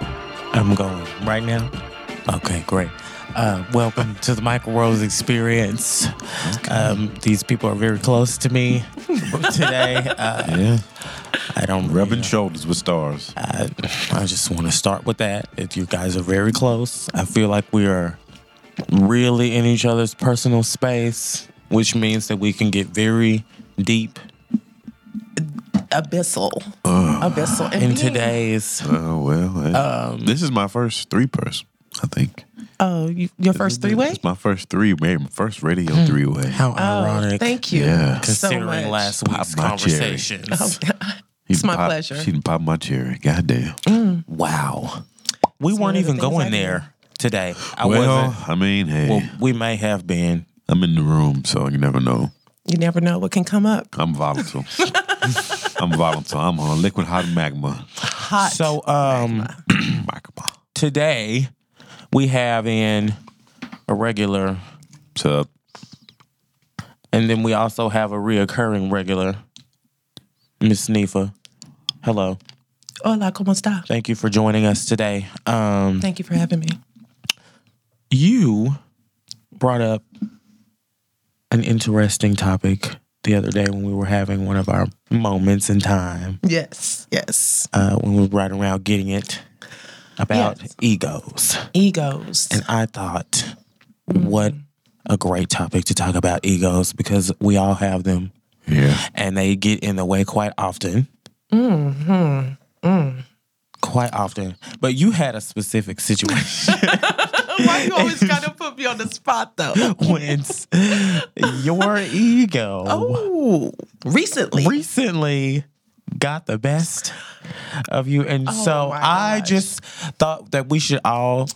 I'm going right now. Okay, great. Uh, welcome to the Michael Rose Experience. Um, these people are very close to me today. Uh, Yeah. I don't Rubbing yeah, shoulders with stars. I, I just want to start with that. If you guys are very close, I feel like we are really in each other's personal space, which means that we can get very deep abyssal. abyssal. And in being- today's. Oh, well. eh, this is my first three person, I think. Oh, you, your first three way? It's my first three, maybe my first radio three way. Hmm. How Oh, ironic. thank you. Yeah. So Considering much. Oh, last week's my cherry. conversations. it's my pleasure. She didn't pop my cherry. Goddamn. Mm. Wow. We weren't of the even things I going do. there today. I well, wasn't. I mean, hey, Well, we may have been. I'm in the room, so you never know. You never know what can come up. I'm volatile. I'm volatile. I'm on liquid hot magma. Hot. So um magma. today we have in a regular So, and then we also have a reoccurring regular. Miss Nifa. Hello. Hola, ¿cómo está? Thank you for joining us today. Um Thank you for having me. you brought up an interesting topic the other day when we were having one of our moments in time. Yes, yes. uh, when we were riding around getting it about Yes. egos. Egos. And I thought, what a great topic to talk about egos because we all have them yeah. and they get in the way quite often. Mm-hmm. Mm-hmm. Mm. Quite often. But you had a specific situation Oh, Why you always gotta put me on the spot though? when it's your ego Oh, recently. recently got the best of you. And so Oh my I gosh. just thought that we should all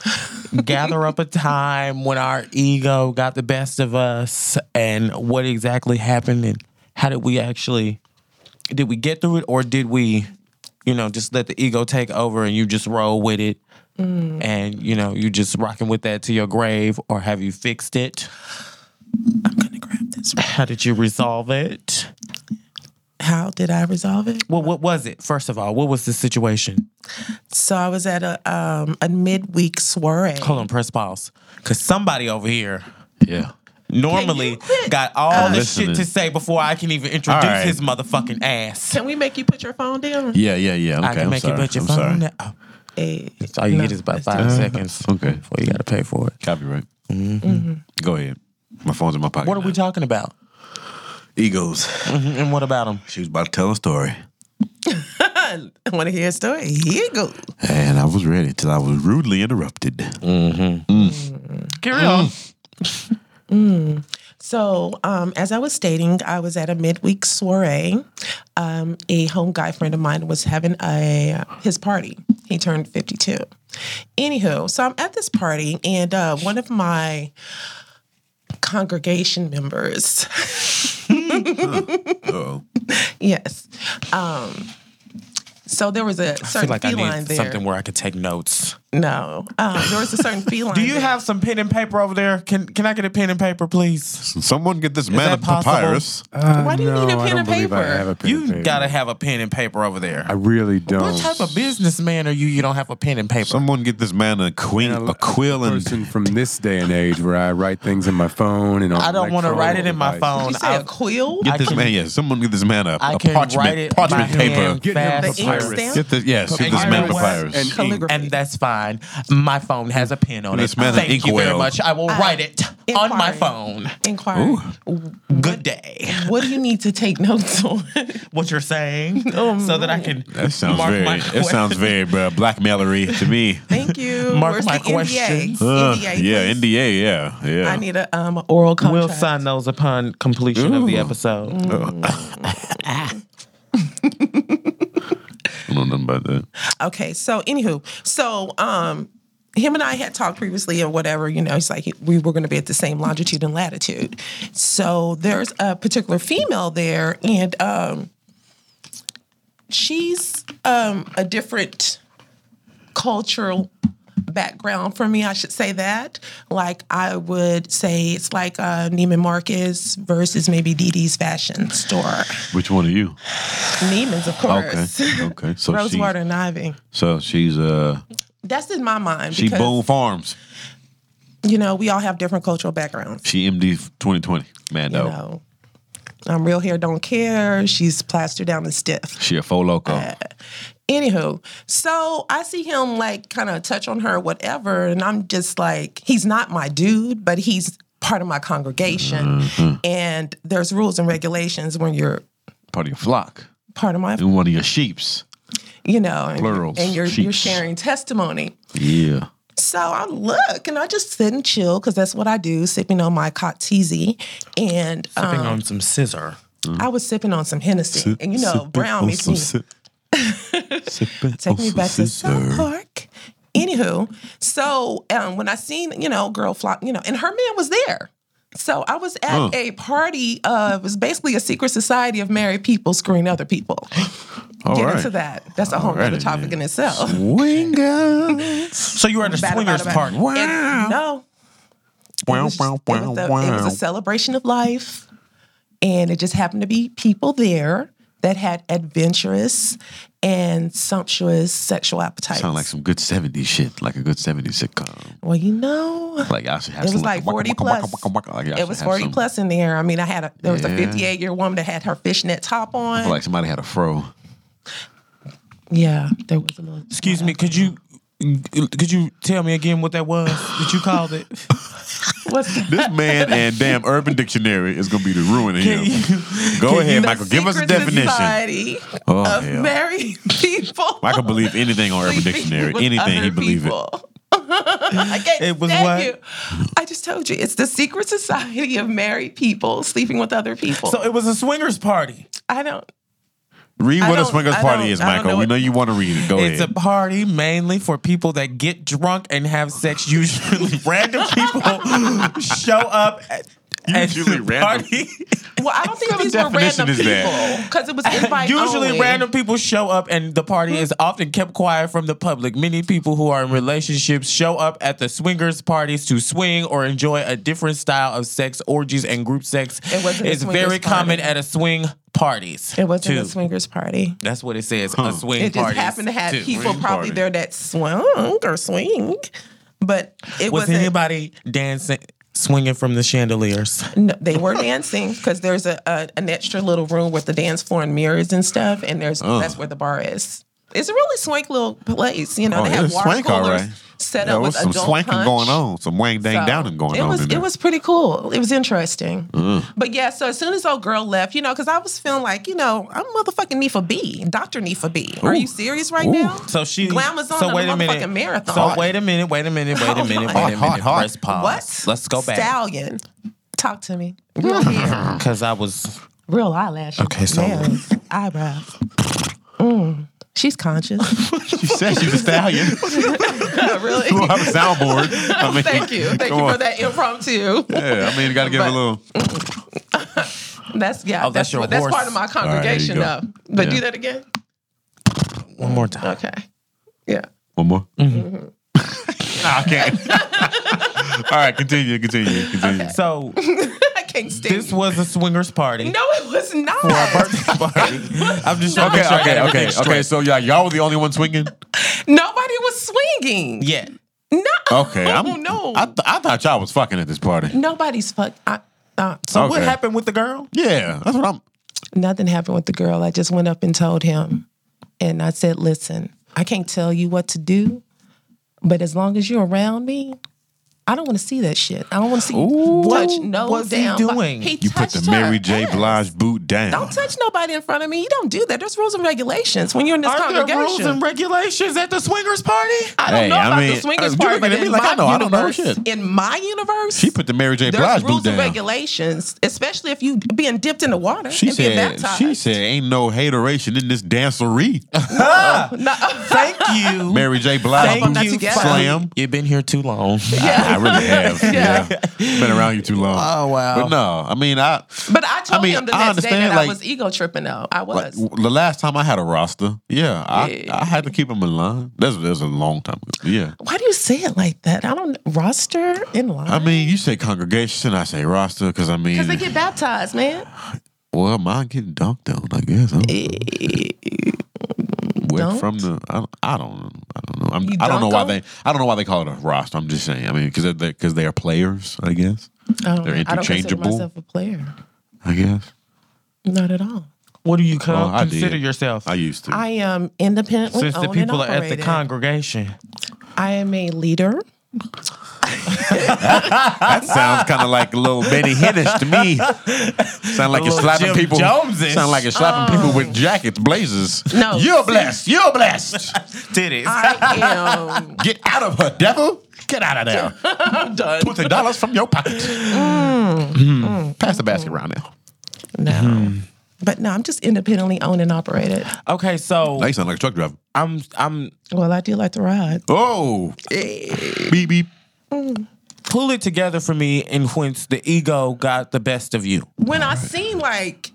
gather up a time when our ego got the best of us and what exactly happened and how did we actually did we get through it or did we you know just let the ego take over and you just roll with it Mm. and you know you just rocking with that to your grave or have you fixed it I'm gonna grab this. how did you resolve it How did I resolve it? well what was it first of all what was the situation So I was at a um a midweek soiree. Hold on, press pause. Cause somebody over here Yeah. normally quit? got all the shit listening. to say before I can even introduce All right. his motherfucking ass. Can we make you put your phone down? Yeah, yeah, yeah. Okay, I can am make sorry. you put your I'm phone. sorry. down. Oh, Eh, that's all you no, get is about let's do five it. seconds. Okay. Before you gotta pay for it. Copyright. Go ahead. My phone's in my pocket. Mm-hmm. What are we now. talking about? Egos. Mm, And what about him? She was about to tell a story. I want to hear a story. Here you go. And I was ready till I was rudely interrupted. Carry on. So, um, as I was stating, I was at a midweek soiree. Um, a home guy friend of mine was having a his party. He turned fifty two. Anywho, so I'm at this party, and uh, one of my congregation members, Oh, yes, um, so there was a I feel certain like I feline need there. something where I could take notes. No, um, there was a certain feline. Do you have some pen and paper over there? Can Can I get a pen and paper, please? someone get this man a that possible? papyrus. Why do you need a I pen don't and believe I paper? have a pen and You paper. gotta have a pen and paper over there. I really don't. What type of businessman are you? You don't have a pen and paper. Someone get this man a queen, And a quill, and person from this day and age where I write things in my phone and on I don't want to electronic write it in my devices. phone. You say I- a quill? get this can- man. Yeah, someone get this man a, I a can parchment, write it parchment by paper. hand Get him fast. The ink papyrus. stamp? Get this, yes, get this And man you know what? papyrus. And- Calligraphy. And that's fine. My phone has a pen on This it. man an Thank you very inkwell. much. I will write it on my inquiry. phone. Inquiry. Good day. What do you need to take notes on? What you're saying, Oh, so that I can that sounds mark very. my That sounds very uh, blackmailery to me. Thank you. Mark Where's my the NDA? questions. Uh, NDA, yeah, please. NDA. Yeah, yeah. I need a um a oral contract. We'll sign those upon completion of the Ooh. episode. I don't know nothing about that. Okay. So anywho, so um. Him and I had talked previously or whatever, you know, he's like, he- we were going to be at the same longitude and latitude. So there's a particular female there, and um, she's um, a different cultural background for me, I should say that. Like I would say it's like uh, Neiman Marcus versus maybe Dee Dee's fashion store. Which one are you? Neiman's, of course. Okay. Okay. So she, Rosewater and Ivy. So she's uh That's in my mind. She because, Boone Farms. You know, we all have different cultural backgrounds. She MD 2020. Man, You though. know, um, real hair don't care. She's plastered down and stiff. She a faux loco. Uh, Anywho, so I see him like kind of touch on her, whatever, and I'm just like, he's not my dude, but he's part of my congregation, Mm-hmm. and there's rules and regulations when you're part of your flock. part of my, And one of your sheeps. you know, and, Plurals, and you're you're sheeps. sharing testimony. Yeah. So I look and I just sit and chill because that's what I do, sipping on my cottesy, and um, Sipping on some scissor. I was sipping on some Hennessy, and you know, brown makes me Take me back to South Park. Anywho, so um, when I seen, you know, girl flop, you know, and her man was there. So I was at a party of, it was basically a secret society of married people screwing other people. Get right. into that. That's a whole other Alrighty, topic then. in itself. Wingers. So you were at a Bada, bada, swingers bada. party. It- no, it was, just- it was a, it was a celebration of life, and it just happened to be people there that had adventurous and sumptuous sexual appetites. Sound like some good 70s shit, like a good 70s sitcom. well, you know, Like I should have It was some like 40 plus. Like, y'all it should was have 40 some- plus in there. I mean, I had a there was a Yeah. 58 year woman that had her fishnet top on. Like somebody had a fro. yeah, there was a little. Excuse me, could you could you tell me again what that was that you called it? What's that? This man and damn Urban Dictionary is gonna be the ruin of Can him. Go ahead, Michael. Give us a Secret definition. Society Oh, of hell. married people. I can believe anything on Urban sleeping Dictionary. with Anything he other believe it. people. I can't It was stand what? you. I just told you it's the secret society of married people sleeping with other people. So it was a swingers party. I don't. Read I what a don't- swingers I party don't- is, I don't Michael. know we what- know you want to read it. Go It's a ahead. party mainly for people that get drunk and have sex. Usually, random people show up at, at Usually the random. party. Well, I don't think these were definition random is that? people because it was invite Usually, only. random people show up, and the party is often kept quiet from the public. Many people who are in relationships show up at the swingers parties to swing or enjoy a different style of sex, orgies, and group sex. It wasn't a it's swingers very common party. at a swing parties. It wasn't a too. swingers party. That's what it says. A swing It just parties, happened to have too. people Swing probably party. there that swung or swing, but it Was wasn't. anybody dancing, swinging from the chandeliers? No, they were dancing because there's a, a an extra little room with the dance floor and mirrors and stuff, and there's Oh. that's where the bar is. It's a really swank little place, you know. Oh, they it have was water swank, all coolers right. set There up was with some adult swanking punch. going on, some wang dang So, downing going it on. was in it there. Mm. was pretty cool. It was interesting. But yeah, so as soon as old girl left, you know, because I was feeling like, you know, I'm motherfucking Nifa B, Doctor Nifa B. Are you serious right now? So she Glamazon So on wait a a minute. motherfucking marathon. So wait a minute. Wait a minute. Wait a Hold minute. Wait on. a minute. Hot, hot, hot. Press pause. What? Let's go back Stallion. Talk to me. Real hair. because I was Real eyelashes. Okay, so- Nails. Eyebrows. Mm. She's conscious. she said she's a stallion. really? we'll have a soundboard. I mean, Thank you. Thank come you for on. that impromptu. Yeah, I mean, you got to give it a But- Mm-hmm. little. That's yeah. Oh, that's your that's horse. part of my congregation All right, there you though. But Yeah. do that again. one more time. Okay. Yeah. One more. Mm-hmm. nah, I can't. All right, continue, continue, continue. So I can't stand this you. was a swingers party. No, it was not. For a birthday party. I'm just trying to Okay, make sure I got okay, okay, everything okay. straight. So yeah, y'all were the only one swinging. Nobody was swinging. Yeah. Uh, No. Okay, I'm, Oh, no. I, th- I thought y'all was fucking at this party. Nobody's fuck. I, uh, So what Okay. happened with the girl? Yeah, that's what I'm. nothing happened with the girl. I just went up and told him. And I said, listen, I can't tell you what to do, but as long as you're around me, I don't want to see that shit. I don't want to see you touch no was he damn. bo- doing? He You put touched the Mary her J. ass. Blige boot down. Don't touch nobody in front of me. You don't do that. There's rules and regulations when you're in this Are there congregation. rules and regulations at the swingers party? I don't Hey, know I about mean, uh, the swingers you part, looking but at me in like I my know- I don't know universe, shit. in my universe, She put the Mary J. there's Blige boot rules and down. regulations, especially if you being dipped in the water She and being said, baptized. she said, ain't no hateration in this dancery. Thank you. Mary J. Blige Thank I'm not you. together. Slam. You've been here too long. I, I really have. yeah. Been around you too long. Oh, wow. But no, I mean, I. But I told I mean, him the I next day understand, that I like- was ego tripping out. I Like, was. w- the last time I had a roster, yeah, I, Yeah. I had to keep them in line. That's that's a long time ago. Yeah, Why do you say it like that? I don't roster in line. I mean, you say congregation, I say roster, because I mean, because they get baptized, man. well, mine getting dunked on, I guess. I don't know. Where Dunked? from the? I, don't- I don't. know. I don't don't know. I'm, You I don't know why dunk 'em? they. I don't know why they call it a roster. I'm just saying. I mean, because they because they are players. I guess. They're Oh, I don't consider interchangeable. myself a player. I guess. Not at all. What do you call, Well, I did. consider yourself? I used to. I am independently Since the owned people are oh, and at the operated. congregation. I am a leader. that sounds kind of like a little Benny Hinnish to me. Sound like A you're little slapping Jim people. Jones-ish. Sound like you're slapping people with jackets, blazers. No. you're blessed. You're blessed. Titties. I am. Get out of her, devil. Get out of there. I'm done. Twenty dollars from your pocket. Mm. Pass the basket around now. No. Hmm. But no, I'm just independently owned and operated. okay, so Now you sound like a truck driver. I'm I'm Well, I do like to ride. Oh, beep beep. pull it together for me in whence the ego got the best of you. When I seem like,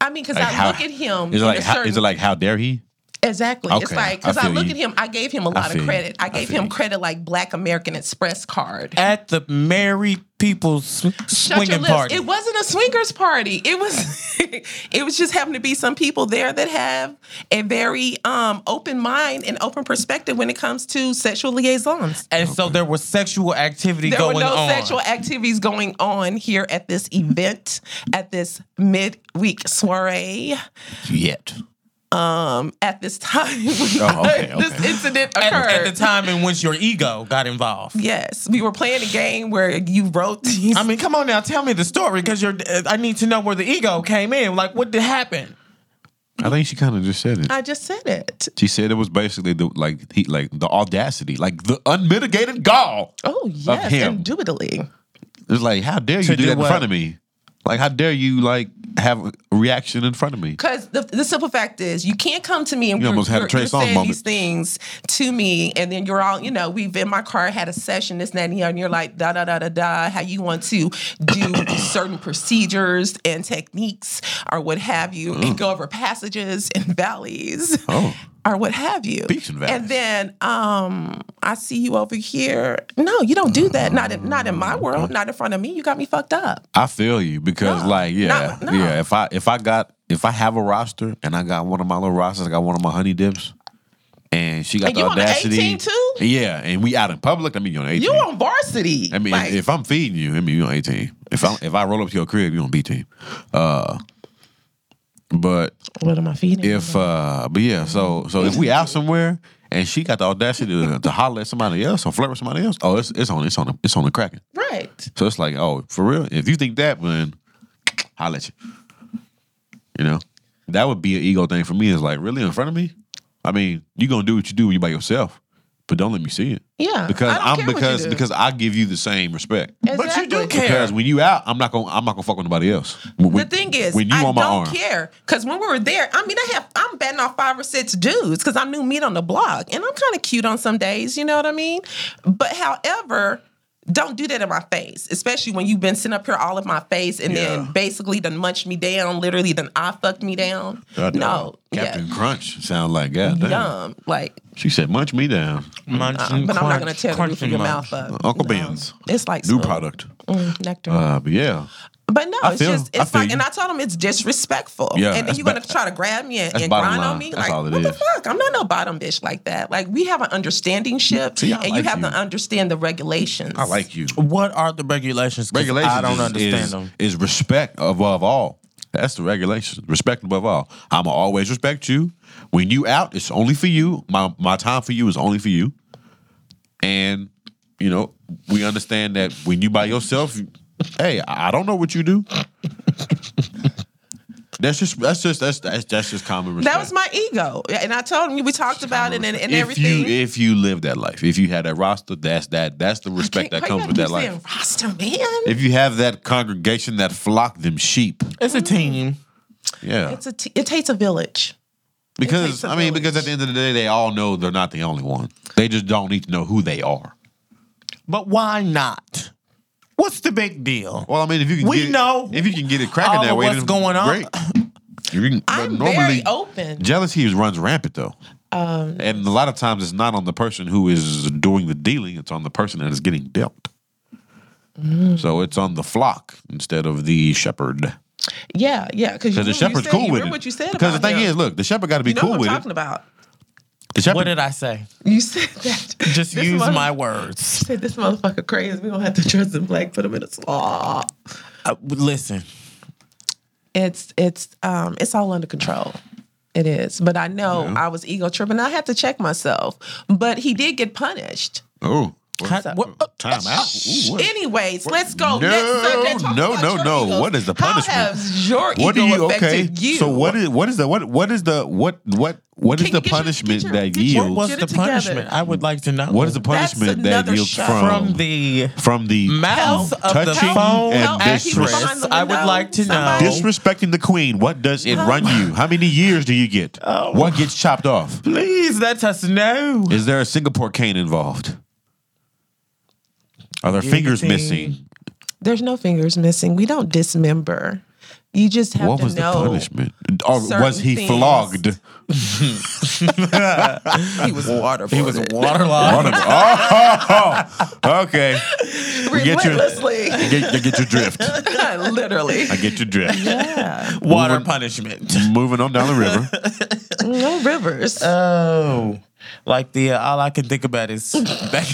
I mean, because I look at him. Is it in like a how, certain- is it like how dare he? Exactly. It's Okay, like I because I, feel look you. at him. I gave him a lot feel of you. credit. I I gave feel him you. credit like Black American Express card. At the married people's Shut your swinging lips. party. It wasn't a swingers party. It was it was just happened to be some people there that have a very um open mind and open perspective when it comes to sexual liaisons. and so there was sexual activity There were going no on. sexual activities going on here at this event, at this midweek soiree, um, Yet. at this time. Oh, okay, this okay. incident at, occurred. at the time in which your ego got involved. Yes, we were playing a game where you wrote these. I mean, come on now, tell me the story because you're. uh, I need to know where the ego came in. Like, what did happen? I think she kind of just said it. I just said it. She said it was basically the like he like the audacity, like the unmitigated gall. Oh yes, him. indubitably. It's like how dare you To do, do that what? in front of me? Like how dare you like have a reaction in front of me? Because the, the simple fact is, you can't come to me and You you're, almost had a you're- Trey you're Songz saying moment. these things to me, and then you're all, you know, we've in my car had a session, this, and that, and the other, and you're like, da da da da da, how you want to do certain procedures and techniques or what have you, and go over passages and valleys. Mm. Oh. Or what have you? Peaks and valleys. And then um, I see you over here. No, you don't do that. Not in, not in my Mm-hmm. world. Not in front of me. You got me fucked up. I feel you because No, like yeah, no, no. yeah. If I if I got if I have a roster and I got one of my little rosters, I got one of my honey dips, and she got And the you on the audacity. 18 too? Yeah, and we out in public. I mean, you on eighteen. You on varsity? I mean, Like- if I'm feeding you, I mean, you're on 18. If I if I roll up to your crib, you're on B team. Uh, but What am I feeding? if uh, but yeah, so so if we out somewhere and she got the audacity to, to holler at somebody else or flirt with somebody else, oh, it's it's on it's on the, it's on the cracking. right. So it's like, oh, for real? If you think that, then holler at you. You know, that would be an ego thing for me. Is like really in front of me. I mean, you gonna do what you do when you by yourself, but don't let me see it. Yeah, because I I'm don't care what you because do. because I give you the same respect. But you do Exactly. care. Because when you out, I'm not gonna I'm not gonna fuck with nobody else. When- The when- thing is, when you I on my don't arm, care because when we were there, I mean, I have I'm batting off five or six dudes because I'm new meat on the block, and I'm kind of cute on some days. You know what I mean? But however. Don't do that in my face, especially when you've been sitting up here all in my face and Yeah. then basically done munched me down, literally done I fucked me down. God, no, Captain Crunch sound like God yeah, damn. dumb. Like, She said, "Munch me down, Munch uh, and but I'm crunch, not gonna tear the crunch roof of and your munch. mouth up. Uncle No. Ben's It's like new smooth. product." Mm, nectar. Uh, but yeah, But no, I it's feel- just I it's feel like, you. and I told him it's disrespectful. Yeah, and then that's you're gonna ba- try to grab me and, that's and bottom grind on line. me. That's like, all it what the is. fuck? I'm not no bottom bitch like that. Like we have an understanding ship, See, I and you like have you. to understand the regulations. I like you. What are the regulations? 'Cause Regulations I don't is, understand is, them. is respect above all. That's the regulation. Respect above all. I'ma always respect you. When you out, it's only for you. My my time for you is only for you. And you know, we understand that when you by yourself, you- hey, I I don't know what you do. that's just that's just that's that's, that's just common respect. that was my ego, and I told him we talked about it and, if and everything. you if you live that life, if you had that roster, that's that that's the I can't- respect that why you comes gotta with that keep life. saying Roster man, If you have that congregation that flock them sheep, It's a team. yeah, it's a t- it takes a village. takes because a I mean, village. because at the end of the day, they all know they're not the only one. They just don't need to know who they are. But why not? What's the big deal? Well, I mean, if you can, We get it- know if you can get it cracking all that of way, what's then going on. Great. You can, but I'm normally, very open. jealousy runs rampant though, Um, and a lot of times it's not on the person who is doing the dealing; it's on the person that is getting dealt. Mm. So it's on the flock instead of the shepherd. Yeah, yeah, because Because the shepherd's cool with it. What you said because the about thing him. is, look, the shepherd got to be you know cool what I'm with talking it. about. The shepherd, What did I say? You said that. Just This use mother- my You words. said this motherfucker crazy. We don't have to dress him black. Put him in a slaw. Uh, listen, It's it's um it's all under control. It is. But I know I was ego tripping. I had to check myself. But he did get punished. oh, well, how- what- uh, time out. Ooh, what? Anyways, let's go. No, Let's- let's talk no, about no, your no. egos. What is the punishment? How has your ego What do you? Okay, affected you? so what is what is the what what is the what what what is Can the you get your- punishment get your- that get your- what yields? was Get the it together. punishment? I would like to know. what is the punishment that another yields show. from from the from the mouth of the touching phone and Help people mistress. behind the I would window. like to know. Somebody- disrespecting the queen? What does it run you? How many years do you get? Oh. What gets chopped off? Please let us know. Is there a Singapore cane involved? Are there fingers Guillotine. missing? There's no fingers missing. We don't dismember. You just have What to was the know. punishment? Or was certain he things. flogged? He was water. He was One waterlogged. of- oh, okay. Get your, relentlessly. get, get your drift. Literally. I get your drift. Yeah. Water punishment. Moving on down the river. No rivers. Uh, Oh, like the uh, all I can think about is back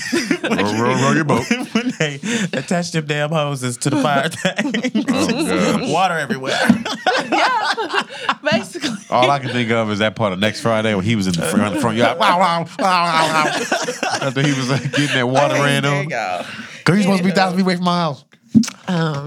row, row, row your boat. when they attach them damn hoses to the fire tank. Oh, Water everywhere. Basically. All I can think of is that part of next Friday when he was in the front, front yard. Wow, wow, wow, wow, wow. After he was like, getting that water ran There on. you go. Because he's supposed to be Anywho. thousand feet away from my house.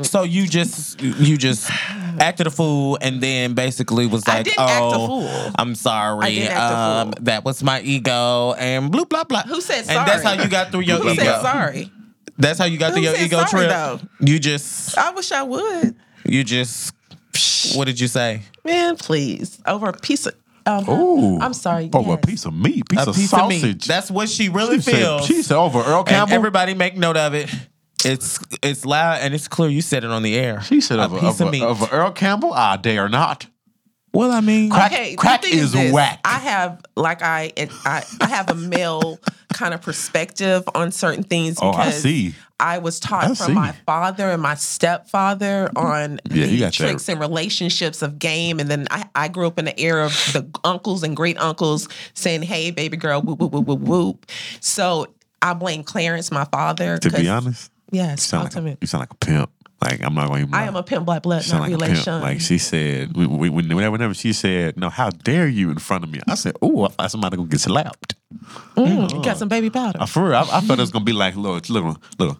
So you just you just acted a fool and then basically was I like, didn't act a "Oh, fool. I'm sorry. I didn't act a um, fool. that was my ego." And blah blah blah. Who said And that's how sorry? you got through your Who ego. said sorry? That's how you got Who through your said ego sorry, trip. though? You just I wish I would. you just what did you say? Man, please. Over a piece of. Um, Ooh. I'm sorry. Over yes. a piece of meat, piece a of piece sausage. of meat. That's what she really she said, feels. she said over Earl and Campbell. everybody make note of it. It's it's loud and it's clear. You said it on the air. she said a over, piece over, of meat. over Earl Campbell. I dare not. Well, I mean, Crack- Okay, crack the thing is whack. I have like I I, I have a male kind of perspective on certain things. Oh, I because see. I was taught I from see. my father and my stepfather on Yeah, you the got that. tricks and relationships of game, and then I, I grew up in the era of the uncles and great uncles saying, "Hey, baby girl, whoop whoop whoop whoop whoop." So I blame Clarence, my father. To be 'cause- honest, you yes, sound, like a, ultimate. you sound like a pimp. Like, I'm not going to I am a pimp, black blood, She not sound like a pimp. relation. Mm. Like she said, we, we, whenever, whenever she said, "No, how dare you in front of me?" I said, "Oh, I thought somebody gonna get slapped." Mm, you got some baby powder. Uh, for real, I, I thought it was gonna be like little, little, little.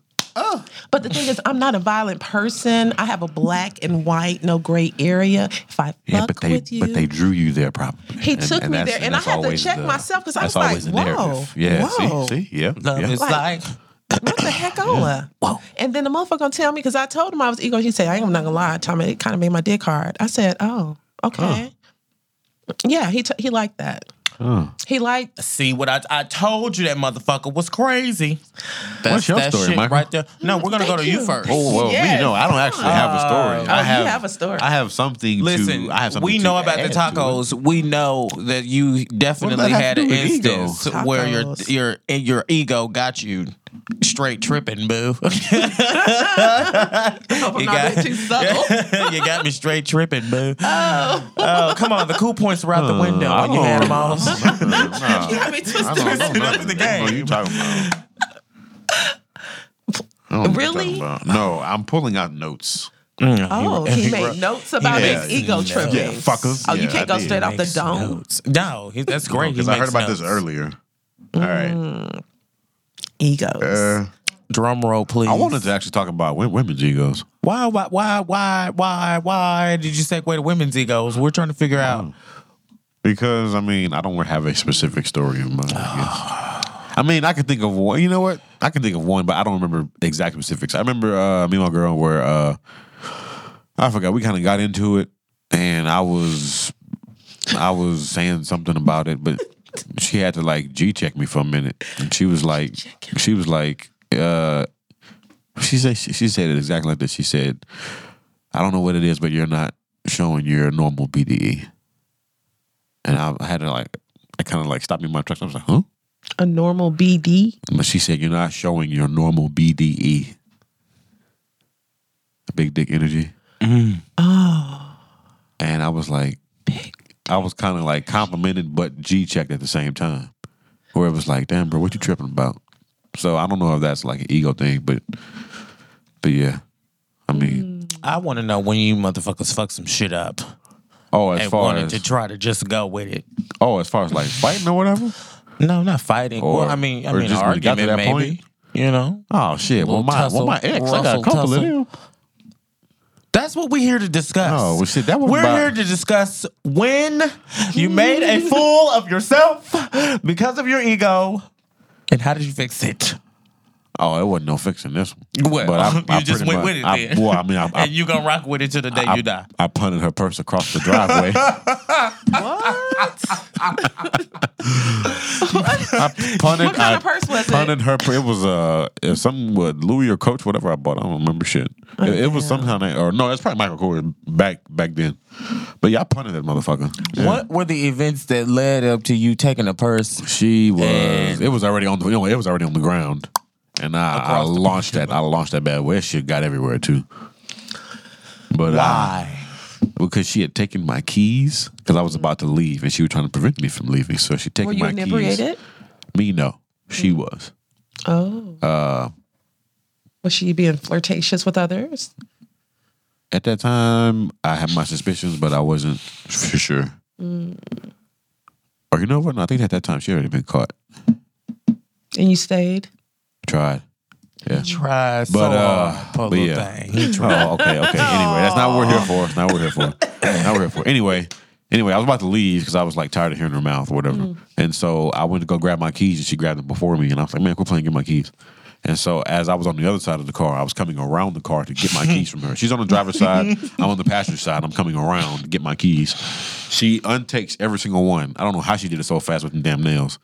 But the thing is, I'm not a violent person. I have a black and white, no gray area. If I fuck Yeah, but they, with you, but they drew you there probably. He took me that's- there, and I that's had to always check myself 'cause I that's was like, always the narrative. whoa, yeah, whoa. see, see, yeah, love yeah. is like, what the heck, Ola? Whoa. And then the motherfucker gonna tell me because I told him I was ego. He said, "I am not gonna lie, Tommy. It kind of made my dick hard." I said, "Oh, okay." Oh. Yeah, he t- he liked that. He liked see what I I told you that motherfucker was crazy. That's What's your that story, shit Michael? right there. No, we're gonna go Thank to you, you. first. Oh well, Yes. me no, I don't actually have a story. Oh, I you have, have a story. I have something. Listen, to, I have something. we to know about the add to it. tacos. We know that you What definitely does that have had to an do with ego? instance where your Tacos. your eh, your ego got you straight tripping, boo. I'm You not got- being too subtle. you got me straight tripping, boo. Oh. come on. The cool points were out the window. I and you had them all. Nah. I I don't know mean, twisted. up nothing. the I don't know what game. you talking about. I don't know what you're Really? talking about. No, I'm pulling out notes. uh, Oh, he made notes about Yeah. his ego Yeah, tripping. fuckers. Oh, you Yeah, I can't go did. straight off the Makes dome. notes. No, he, that's great. Because He I heard makes about this notes. earlier. All right. Egos. Mm. Uh, Drum roll, please. I wanted to actually talk about wo- women's egos. Why, why, why, why, why, why did you segue to women's egos? We're trying to figure out. Because, I mean, I don't have a specific story in mind. I, guess. I mean, I can think of one. You know what? I can think of one, but I don't remember exact specifics. I remember uh, me and my girl were, uh, I forgot, we kind of got into it, and I was, I was saying something about it, but she had to like G check me for a minute, and she was like, she was like, uh, she said, she, she said it exactly like this. She said, I don't know what it is, but you're not showing your normal E." BDE. And I, I had to like, I kind of like stopped me in my tracks. I was like, huh? A normal BD. But she said, you're not showing your normal BDE. Big dick energy. Mm-hmm. Oh. And I was like, I was kind of like complimented, but G checked at the same time. where it was like, damn, bro, what you tripping about? So I don't know if that's like an ego thing, but but yeah, I mean, I want to know when you motherfuckers fuck some shit up oh, as and far wanted as to try to just go with it. oh, as far as like fighting or whatever. No, not fighting. Or- well, I mean, I or mean, just when it argument got to that maybe. point? You know, Oh shit! Little Well, my well, my tussle, ex, I got a ruffle, couple of tussle. them. that's what we're here to discuss. Oh, well, shit, that was We're about- here to discuss when you made a fool of yourself because of your ego, and how did you fix it? Oh, it wasn't no fixing this one. Well, you just pretty went much- with it I, then. Well, I mean, I, I, and you gonna rock with it to the day I, you die. I punted her purse across the driveway. I punted, What kind I of purse was it? punted her. pur- It was uh, it was something with Louis or Coach, whatever I bought. I don't remember shit. It, it was somehow that, or no, that's probably Michael Kors back back then. But yeah, I punted that motherfucker. Yeah. What were the events that led up to you taking a purse? She was. And- it was already on the. You know, it was already on the ground, and I, I Across the launched that. I launched that bad boy. That shit got everywhere too. But uh, Why? because she had taken my keys, because I was about to leave, and she was trying to prevent me from leaving, so she taken Were you my inebriated? Mm. keys. Me no, she was. Uh, Oh. was she being flirtatious with others? At that time, I had my suspicions, but I wasn't for sure. Mm. Or you know what? No, I think at that time she already been caught, And you stayed? tried. Yeah. Try so But uh, hard, poor but little yeah. thing. He tried. Oh, okay, okay. Anyway, that's not what we're here for. That's not what we're here for. That's not what we're here for. Anyway, anyway, I was about to leave because I was like tired of hearing her mouth or whatever. Mm. And so I went to go grab my keys, and she grabbed them before me. And I was like, "Man, quit playing, get my keys." And so as I was on the other side of the car, I was coming around the car to get my keys from her. She's on the driver's side. I'm on the passenger side. I'm coming around to get my keys. She untakes every single one. I don't know how she did it so fast with them damn nails.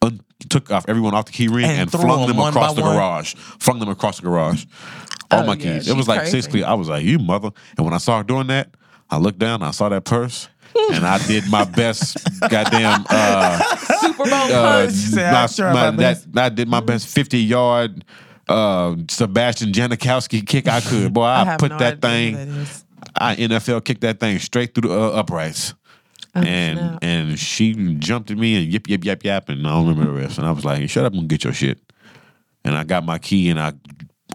Un- took off everyone off the key ring And and, threw flung them them one across by the one? garage. Flung them across the garage. All Oh, my yeah, keys. she's It was like crazy. six I was like, you mother. And when I saw her doing that, I looked down, I saw that purse, and I did my best goddamn uh, Super Bowl uh She said, "I tried my that- best." I did my best 50 yard uh, Sebastian Janikowski kick I could. Boy, I, have put no that idea thing, who that is. I NFL kicked that thing straight through the uh, uprights. and snap. and she jumped at me and yip yip yip yip and I don't remember the rest and I was like shut up and get your shit and I got my key and I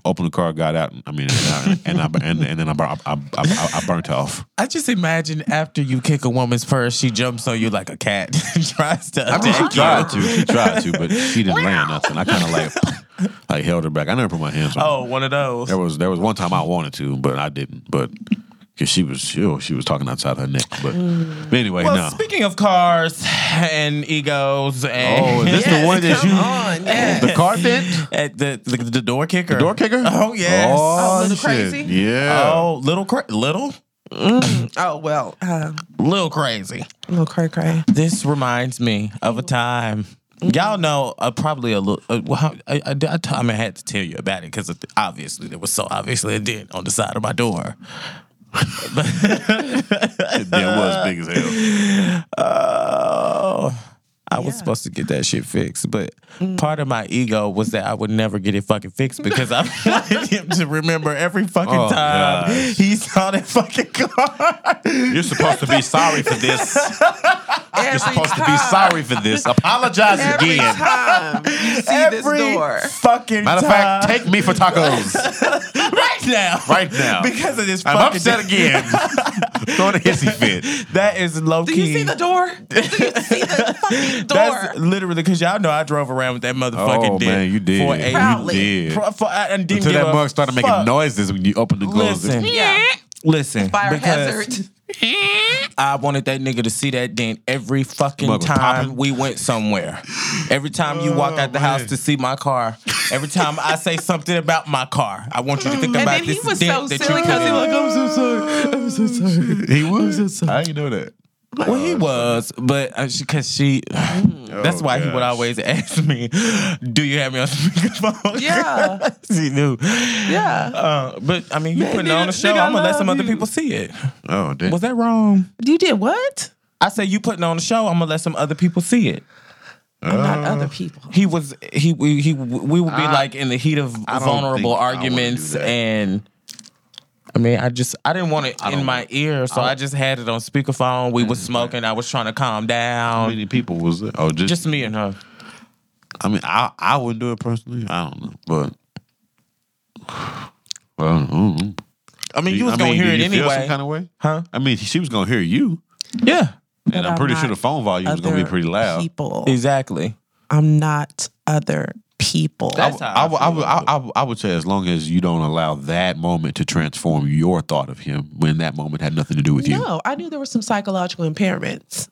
opened the car got out and I mean and I, and I and, and then I, bur- I, I, I, I burnt her off I just imagine after you kick a woman's purse, she jumps on you like a cat and tries to I mean, she attack tried you. to. She tried to, but she didn't land nothing. I kind of like, like held her back. I never put my hands on. her. Oh, one of those. There was there was one time I wanted to, but I didn't. But because she was she, oh, she was talking outside her neck. But, but anyway, Well, no. speaking of cars and egos Oh, and is this the one that Come you on, yeah. the carpet at the, the the door kicker. door kicker? Oh yes. Oh, Oh, Oh, little shit. crazy? Yeah. little cra- little Mm. um, Oh well, uh, little crazy. little cray cray. This reminds me of a time. Y'all know uh, probably a little. Uh, well, how- I, I, I, t- I mean, I had to tell you about it because obviously there was so obviously a dent on the side of my door. yeah, it was big as hell. Oh, I was Yeah. Mm. supposed to get that shit fixed, but part of my ego was that I would never get it fucking fixed because I wanted him to remember every fucking Oh, time gosh. he saw that fucking car. You're supposed to be sorry for this. You're supposed to be sorry for this. Apologize Every again. time you see this every door, fucking Matter of time. fact, take me for tacos right now, right now. because of this. I'm fucking upset again. Throwing a hissy fit. That is low do key. you see the door? Do you see the fucking door? That's literally because y'all know I drove around with that motherfucking Oh dick man, you did. for You a Proudly. did. Pro- for- I- and didn't Until give that a mug started making fuck. noises when you opened the clothes. Listen, yeah, listen, fire because hazard. I wanted that nigga to see that dent every fucking Mother Oh, time poppin'. we went somewhere. Every time you walk out the house to see my car. Every time I say something about my car, I want you to think And about then he this was dent so that silly you because he put in. was "Oh, I'm so sorry. I'm so sorry. He was. How you know that? Well, Oh, he was, but because she, 'cause she that's why he would Oh, gosh. always ask me, "Do you have me on speakerphone?" Yeah. she knew. Yeah. Uh, but I mean, you Man, putting on nigga- a show. nigga, I I'm gonna let love some other you. people see it. Oh damn. Was that wrong? You did what? I say you putting on a show. I'm gonna let some other people see it. Not Uh, other people. He was he we he we would be like in the heat of don't think I vulnerable wanna arguments do that. and. I mean, I just I didn't want it in don't- Mm, my ear, so I, just had it on speakerphone. We was smoking. I was trying to calm How down. many people was it? Oh, just, Just me and her. I mean, I I wouldn't do it personally. I don't know, but well, I don't know. I mean, you was I gonna mean, hear do it you feel anyway, Some kind of way, huh? I mean, she was gonna hear you, Yeah, and I'm I'm pretty not sure the phone volume is gonna be Other pretty loud. People, exactly. I'm not other people. That's I, how I, I would- I, feel would- I, I, I would say as long as you don't allow that moment to transform your thought of him when that moment had nothing to do with you. no, I knew there were some psychological impairments.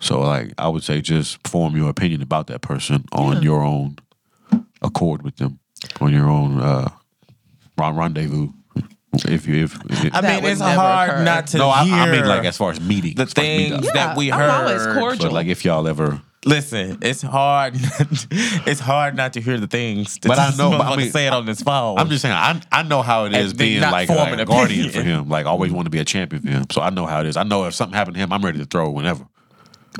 So like I would say just form your opinion about that person on your own accord with them, on your own uh ron- rendezvous. If you if, if I That mean, would it's never hard occur. not to no, I, hear I mean like as far as meeting the things that we I'm heard. always cordial. But like if y'all ever, Listen, it's hard. it's hard not to hear the things. That But I this know, but I motherfucker mean, said on this phone. I'm just saying I I know how it is And then being not like, form like an a guardian opinion. for him. Like always want to be a champion for him. So I know how it is. I know if something happened to him, I'm ready to throw whenever.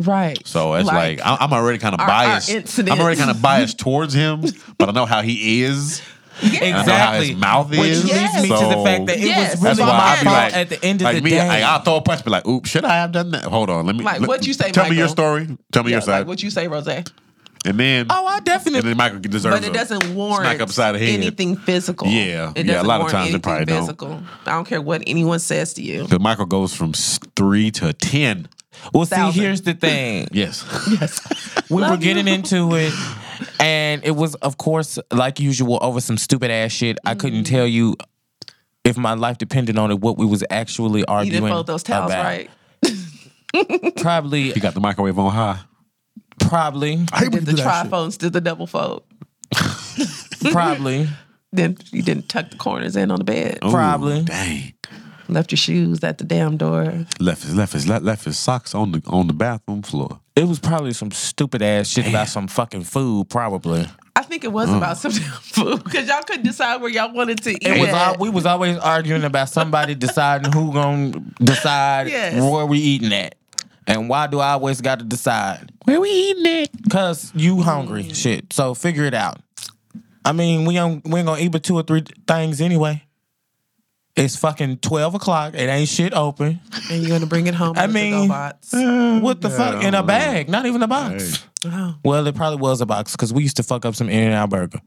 Right. So it's like, I- I'm already kind of our- our biased. I'm already incidents. kind of biased towards him, but I know how he is. I know how exactly his mouth Which is. leads me to the So- fact that it Yes, was That's really why my I'd fault be like, at the end of like the me, day. Like, I'll throw a punch, be like, "Oops, should I have done that?" Hold on, let me. Like, let- what'd you say, Tell me your Michael? story. Tell me your like side, what you say, Rose. But and then oh, I and definitely. then Michael deserves. it a doesn't warrant smack upside the head. anything physical. Yeah. It doesn't Yeah, a lot of warrant times it anything probably don't. physical. I don't care what anyone says to you. Because Michael goes from s- three to ten. Well, see, thousand. here's the thing. Yes, we were Love getting into it and it was of course like usual over some stupid ass shit i couldn't Mm-hmm. tell you if my life depended on it what we was actually You arguing didn't fold those towels about. right. probably he got the microwave on high. probably I hate when Did you the do that shit. trifolds, did the double fold. probably Then you didn't tuck the corners in on the bed. Ooh, Probably. Dang. Left your shoes at the damn door. Left his left his left, left his socks on the on the bathroom floor. it was probably some stupid ass shit about some fucking food probably I think it Mm. was about some damn food because y'all couldn't decide where y'all wanted to eat. it was at. all, we was always arguing about somebody deciding who gonna decide Yes. where we eating at and why do i always gotta decide where we eating at because you hungry shit so figure it out i mean we ain't, we ain't gonna eat but two or three things anyway it's fucking 12 o'clock it ain't shit open and you're gonna bring it home. I with the mean- GoBots. what the fuck in a bag not even a box Oh. well it probably was a box because we used to fuck up some in and out burger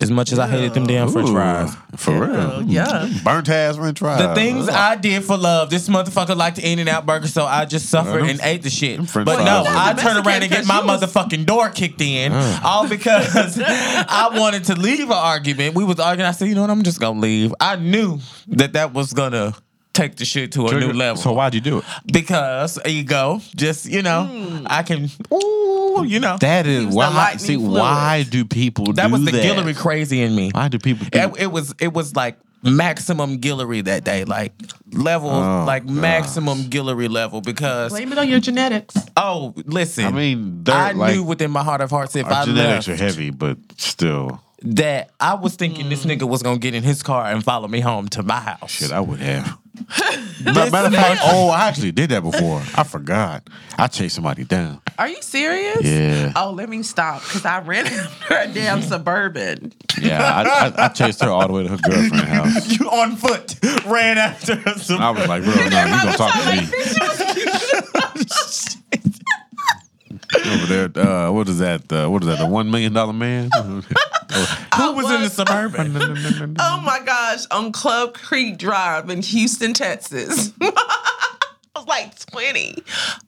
as much as i hated them damn french Ooh, fries for real. yeah. Burnt ass French fries. The things I did for love, this motherfucker liked In and Out Burger, so I just suffered them- and ate the shit. french But no, fries are I good. turn around and get my Mexican 'cause motherfucking door kicked in, Uh. all because I wanted to leave an argument. We was arguing. I said, you know what? I'm just gonna leave. I knew that that was gonna take the shit to a new level So why'd you do it? because ego. Just you know, I can. Ooh, you know, that, That is was the why. lightning See, fluid. why do people do was the that? Guillory crazy in me. Why do people? Do it, it was it was like maximum Guillory that day, like level, Oh, like maximum Guillory level because Blame it on your genetics. oh, listen, I mean, they're I like- knew within my heart of hearts if I Our genetics left are heavy, but still, that I was thinking this Mm. nigga was gonna get in his car and follow me home to my house. shit, I would have. Ma- Matter of fact, oh, I actually did that before. I forgot. I chased somebody down. Are you serious? Yeah. Oh, let me stop because I ran after a damn suburban. Yeah, I, I, I chased her all the way to her girlfriend's house. you on foot ran after some. I was like, bro, no, you gonna talk to me over there? Uh, what is that? Uh, what is that? The one million dollar man? Who was in the suburban? Oh my gosh, on Club Creek Drive in Houston, Texas. I was like 20.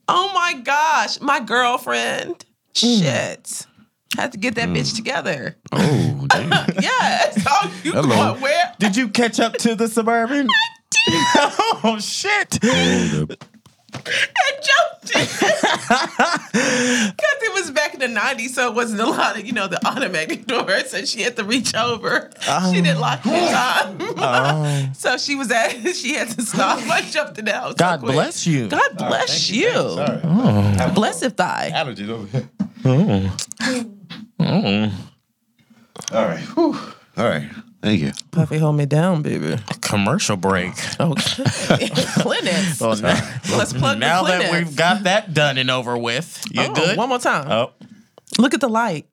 Oh my gosh, my girlfriend. Shit. Had to get Mm. that bitch together. oh, damn. Yes. Oh, you Hello. going where? Did you catch up to the suburban? oh shit! I jumped Because it was back in the 90s, so it wasn't a lot of, you know, the automatic doors. So she had to reach over. she didn't lock in Oh. time. so she was at, she had to stop. I jumped it out. so God quick. bless Mm. you. God bless Oh, you. Bless if thy. allergies over here. All right. All right. Thank you. Puffy, hold me down, baby. Commercial break. Okay. Clinics. Oh, no. Let's plug now the that clinics. we've got that done and over with, you Oh, good? One more time. Oh, Look at the light.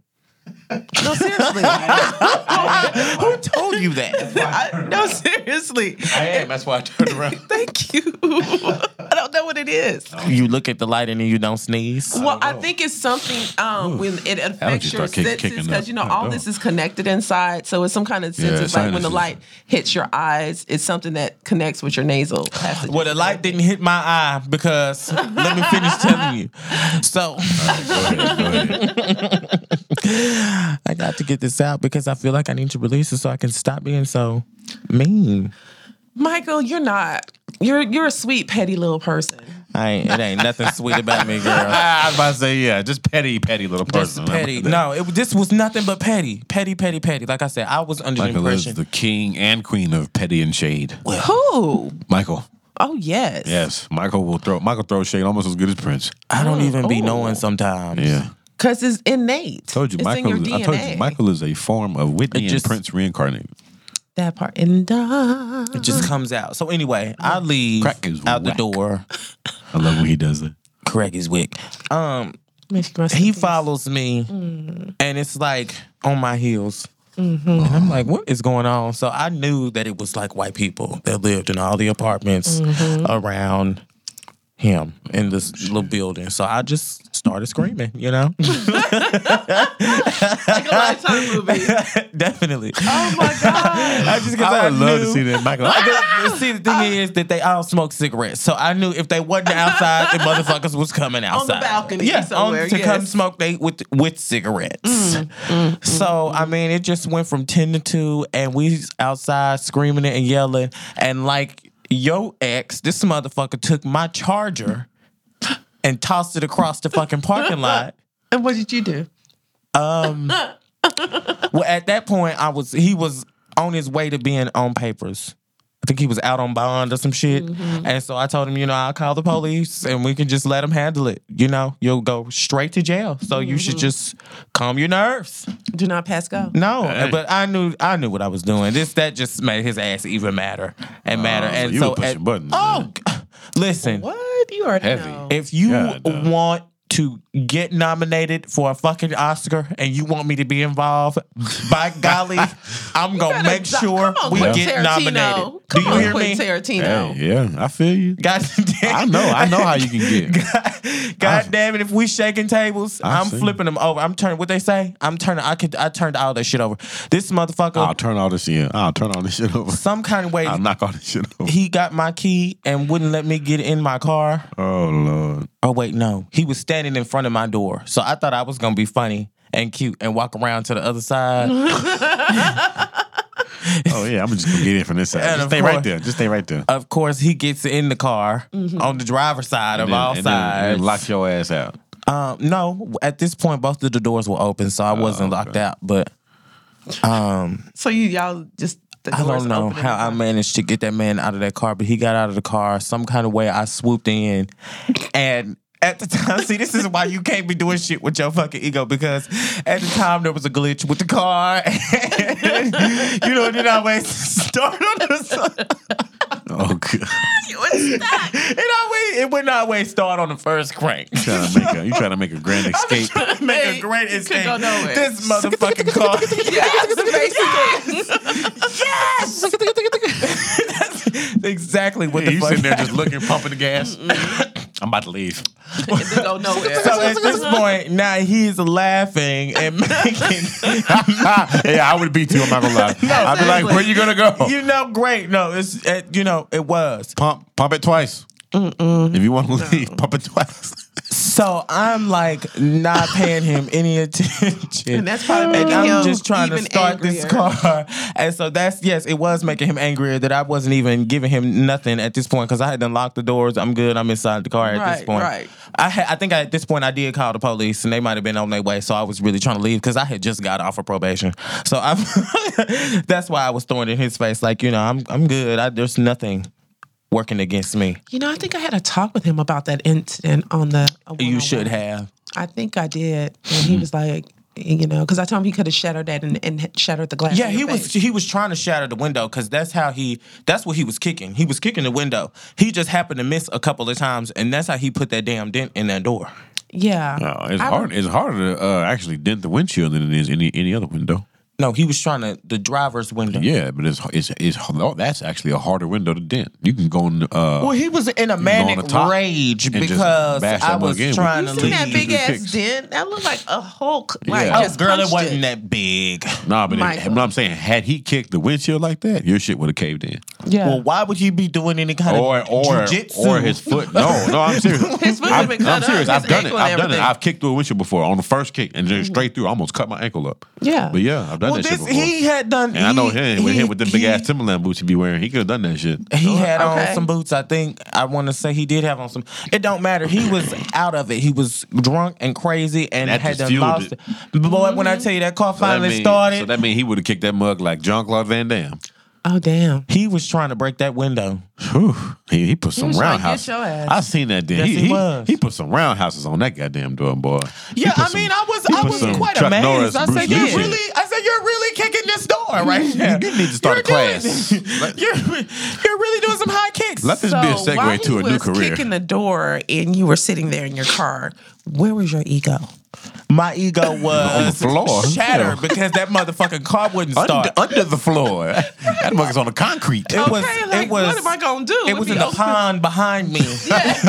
No, seriously. I, Who told you that? no, seriously. I am. That's why I turned around. Thank you. I don't know what it is. You look at the light and then you don't sneeze. Well, I think it's something um, when it affects Allergies your start kick- senses kicking because you know up. I all know. this is connected inside, so it's some kind of senses like when the sinuses. light hits your eyes, it's something that connects with your nasal passage. Well, the light didn't hit my eye because let me finish telling you. So I got to get this out because I feel like I need to release it so I can stop being so mean. Michael, you're not. You're you're a sweet, petty little person. I ain't, it ain't nothing sweet about me, girl. Ah, I was about to say, yeah, just petty, petty little Just person. petty. No, it, this was nothing but petty, petty, petty, petty. Like I said, I was under the Michael is impression. the king and queen of petty and shade. Who? Michael. Oh yes. Yes. Michael will throw Michael throws shade almost as good as Prince. I don't even be Oh. knowing sometimes. Yeah. Cause it's innate. Told you it's Michael In is, your DNA. I told you Michael is a form of It Whitney just- and Prince reincarnated. That part. And uh, It just comes out. So anyway, I leave Crack is out the whack. door. I love when he does that. Craig is wick. Um, he he follows me Mm. and it's like on my heels. Mm-hmm. And I'm like, what is going on? So I knew that it was like white people that lived in all the apartments Mm-hmm. around him in this Oh, little building. So I just started screaming, you know? like a lifetime movie. Definitely. Oh my god. I just because I, I would love to knew- see that Michael. I did- see, the thing is that they all smoke cigarettes, so I knew if they wasn't outside, the motherfuckers was coming outside balcony Yeah, somewhere, to come yes. Mm, smoke they with with cigarettes. so I mean, it just went from ten to two, and we outside screaming it and yelling, and like yo ex, this motherfucker took my charger and tossed it across the fucking parking lot. And what did you do? Well, at that point, I was he was on his way to being on papers. I think he was out on bond or some shit. And so I told him, you know, I'll call the police and we can just let him handle it. You know, you'll go straight to jail. So you should just calm your nerves. Do not pass go. No, but I knew I knew what I was doing. This that just made his ass even madder and madder. and Oh, you so were pushing at- buttons. Oh, listen. What? You already Heavy. know. If you God, dog. want to get nominated for a fucking Oscar and you want me to be involved, by golly, I'm gonna better make di- sure Come on, we Quentin get Tarantino. nominated. Come Do you on, hear Quentin me? Hey, Tarantino. yeah, I feel you. God I damn, know, I know how you can get. God damn it! If we shaking tables, I i am see. flipping them over. I'm turning. What they say? I'm turning. I could. I turned all that shit over. This motherfucker, I'll turn all this in. I'll turn all this shit over. some kind of way, I'll knock all this shit over. he got my key and wouldn't let me get in my car. Oh Lord. Oh wait, no. He was standing in front of my door. So I thought I was gonna be funny and cute and walk around to the other side. Oh yeah, I'm just gonna get in from this side. And Just of stay right course- there. Just stay right there. of course, he gets in the car on the driver's side of And then- all and then- and sides. then lock your ass out. um, no, at this point, both of the doors were open, so I Oh, wasn't locked out. But So you y'all just the I doors don't know open how I managed to get that man out of that car, but he got out of the car some kind of way. I swooped in, and at the time, see, this is why you can't be doing shit with your fucking ego because at the time there was a glitch with the car. you know, it didn't always start on the sun. Oh god. What's that? It always it would not always start on the first crank. trying to make a, you trying to make a grand escape. Make Hey, a great you could escape. go nowhere. This motherfucking car. Yes, basically. exactly what the you fuck. sitting there just looking, pumping the gas. I'm about to leave. It could go nowhere. So at this point, now he's laughing and making yeah, I would be too. I'm not gonna lie. I'd be like, seriously. where you gonna go? you know great. No, it's uh, you know it was. pump, pump it twice. If you want to leave, pump it twice. So I'm like not paying him any attention. And that's probably And making I'm him just trying to even start this angrier. car. And so that's yes, it was making him angrier that I wasn't even giving him nothing at this point because I had unlocked the doors. I'm good. I'm inside the car at Right, this point. right. I had, I think at this point I did call the police and they might have been on their way. So I was really trying to leave because I had just got off of probation. So I that's why I was throwing it in his face like you know I'm I'm good. I, there's nothing working against me. You know, I think I had a talk with him about that incident on the. a You one-on-one. should have. I think I did, and he was like, you know, because I told him he could have shattered that and, and shattered the glass. Yeah, in your he was face. he was trying to shatter the window because that's how he that's what he was kicking. He was kicking the window. He just happened to miss a couple of times, and that's how he put that damn dent in that door. Yeah. No, Oh, it's I- hard. It's harder to uh, actually dent the windshield than it is any any other window. No, he was trying to the driver's window. Yeah, but it's it's, it's oh, that's actually a harder window to dent. You can go in. Uh, Well, he was in a manic top rage and just because bash that I was mug in. trying to You You seen that leave. big ass Kicks. dent? That looked like a Hulk. Like Yeah. Oh, just girl, it punched wasn't that big. nah, but it, Michael. what I'm saying, had he kicked the windshield like that, your shit would have caved in. Yeah. Well, why would he be doing any kind or of or jujitsu? or his foot. No, no, I'm serious. His foot I'm, would've been cut I'm serious. up, I've his done it. ankle and I've done it. everything. I've kicked through a windshield before on the first kick and just straight through. I almost cut my ankle up. Yeah. but yeah, I've done well, that this shit before. he had done. and I know he- him with he- him with the big he- ass Timberland boots he be wearing. He could have done that shit. He had Okay. on some boots. I think I want to say he did have on some. It don't matter. He was out of it. He was drunk and crazy and That had just done fueled lost it. it. Boy, when I tell you that car So that finally mean- started, So that means he would have kicked that mug like Jean Claude Van Damme. oh damn. he was trying to break that window. Whew. He, he put some was trying to roundhouses. get your ass. I seen that. Then Yes, he, he he, was. he put some roundhouses on that goddamn door, boy. He Yeah, put I some- mean, I was he I put was some quite Chuck amazed. Norris, I Bruce said, "You're Lee shit." really," I said, "You're really kicking this door right now." you need to start You're a doing- class. you're you're really doing some high kicks. Let this be a segue while to he a new was career. Kicking the door, and you were sitting there in your car. Where was your ego? My ego was On the floor. shattered because that motherfucking car wouldn't start. Under, under the floor. that mug is on the concrete. It was. Okay, it like, was. what am I gonna do? It was in If he the opens- pond behind me.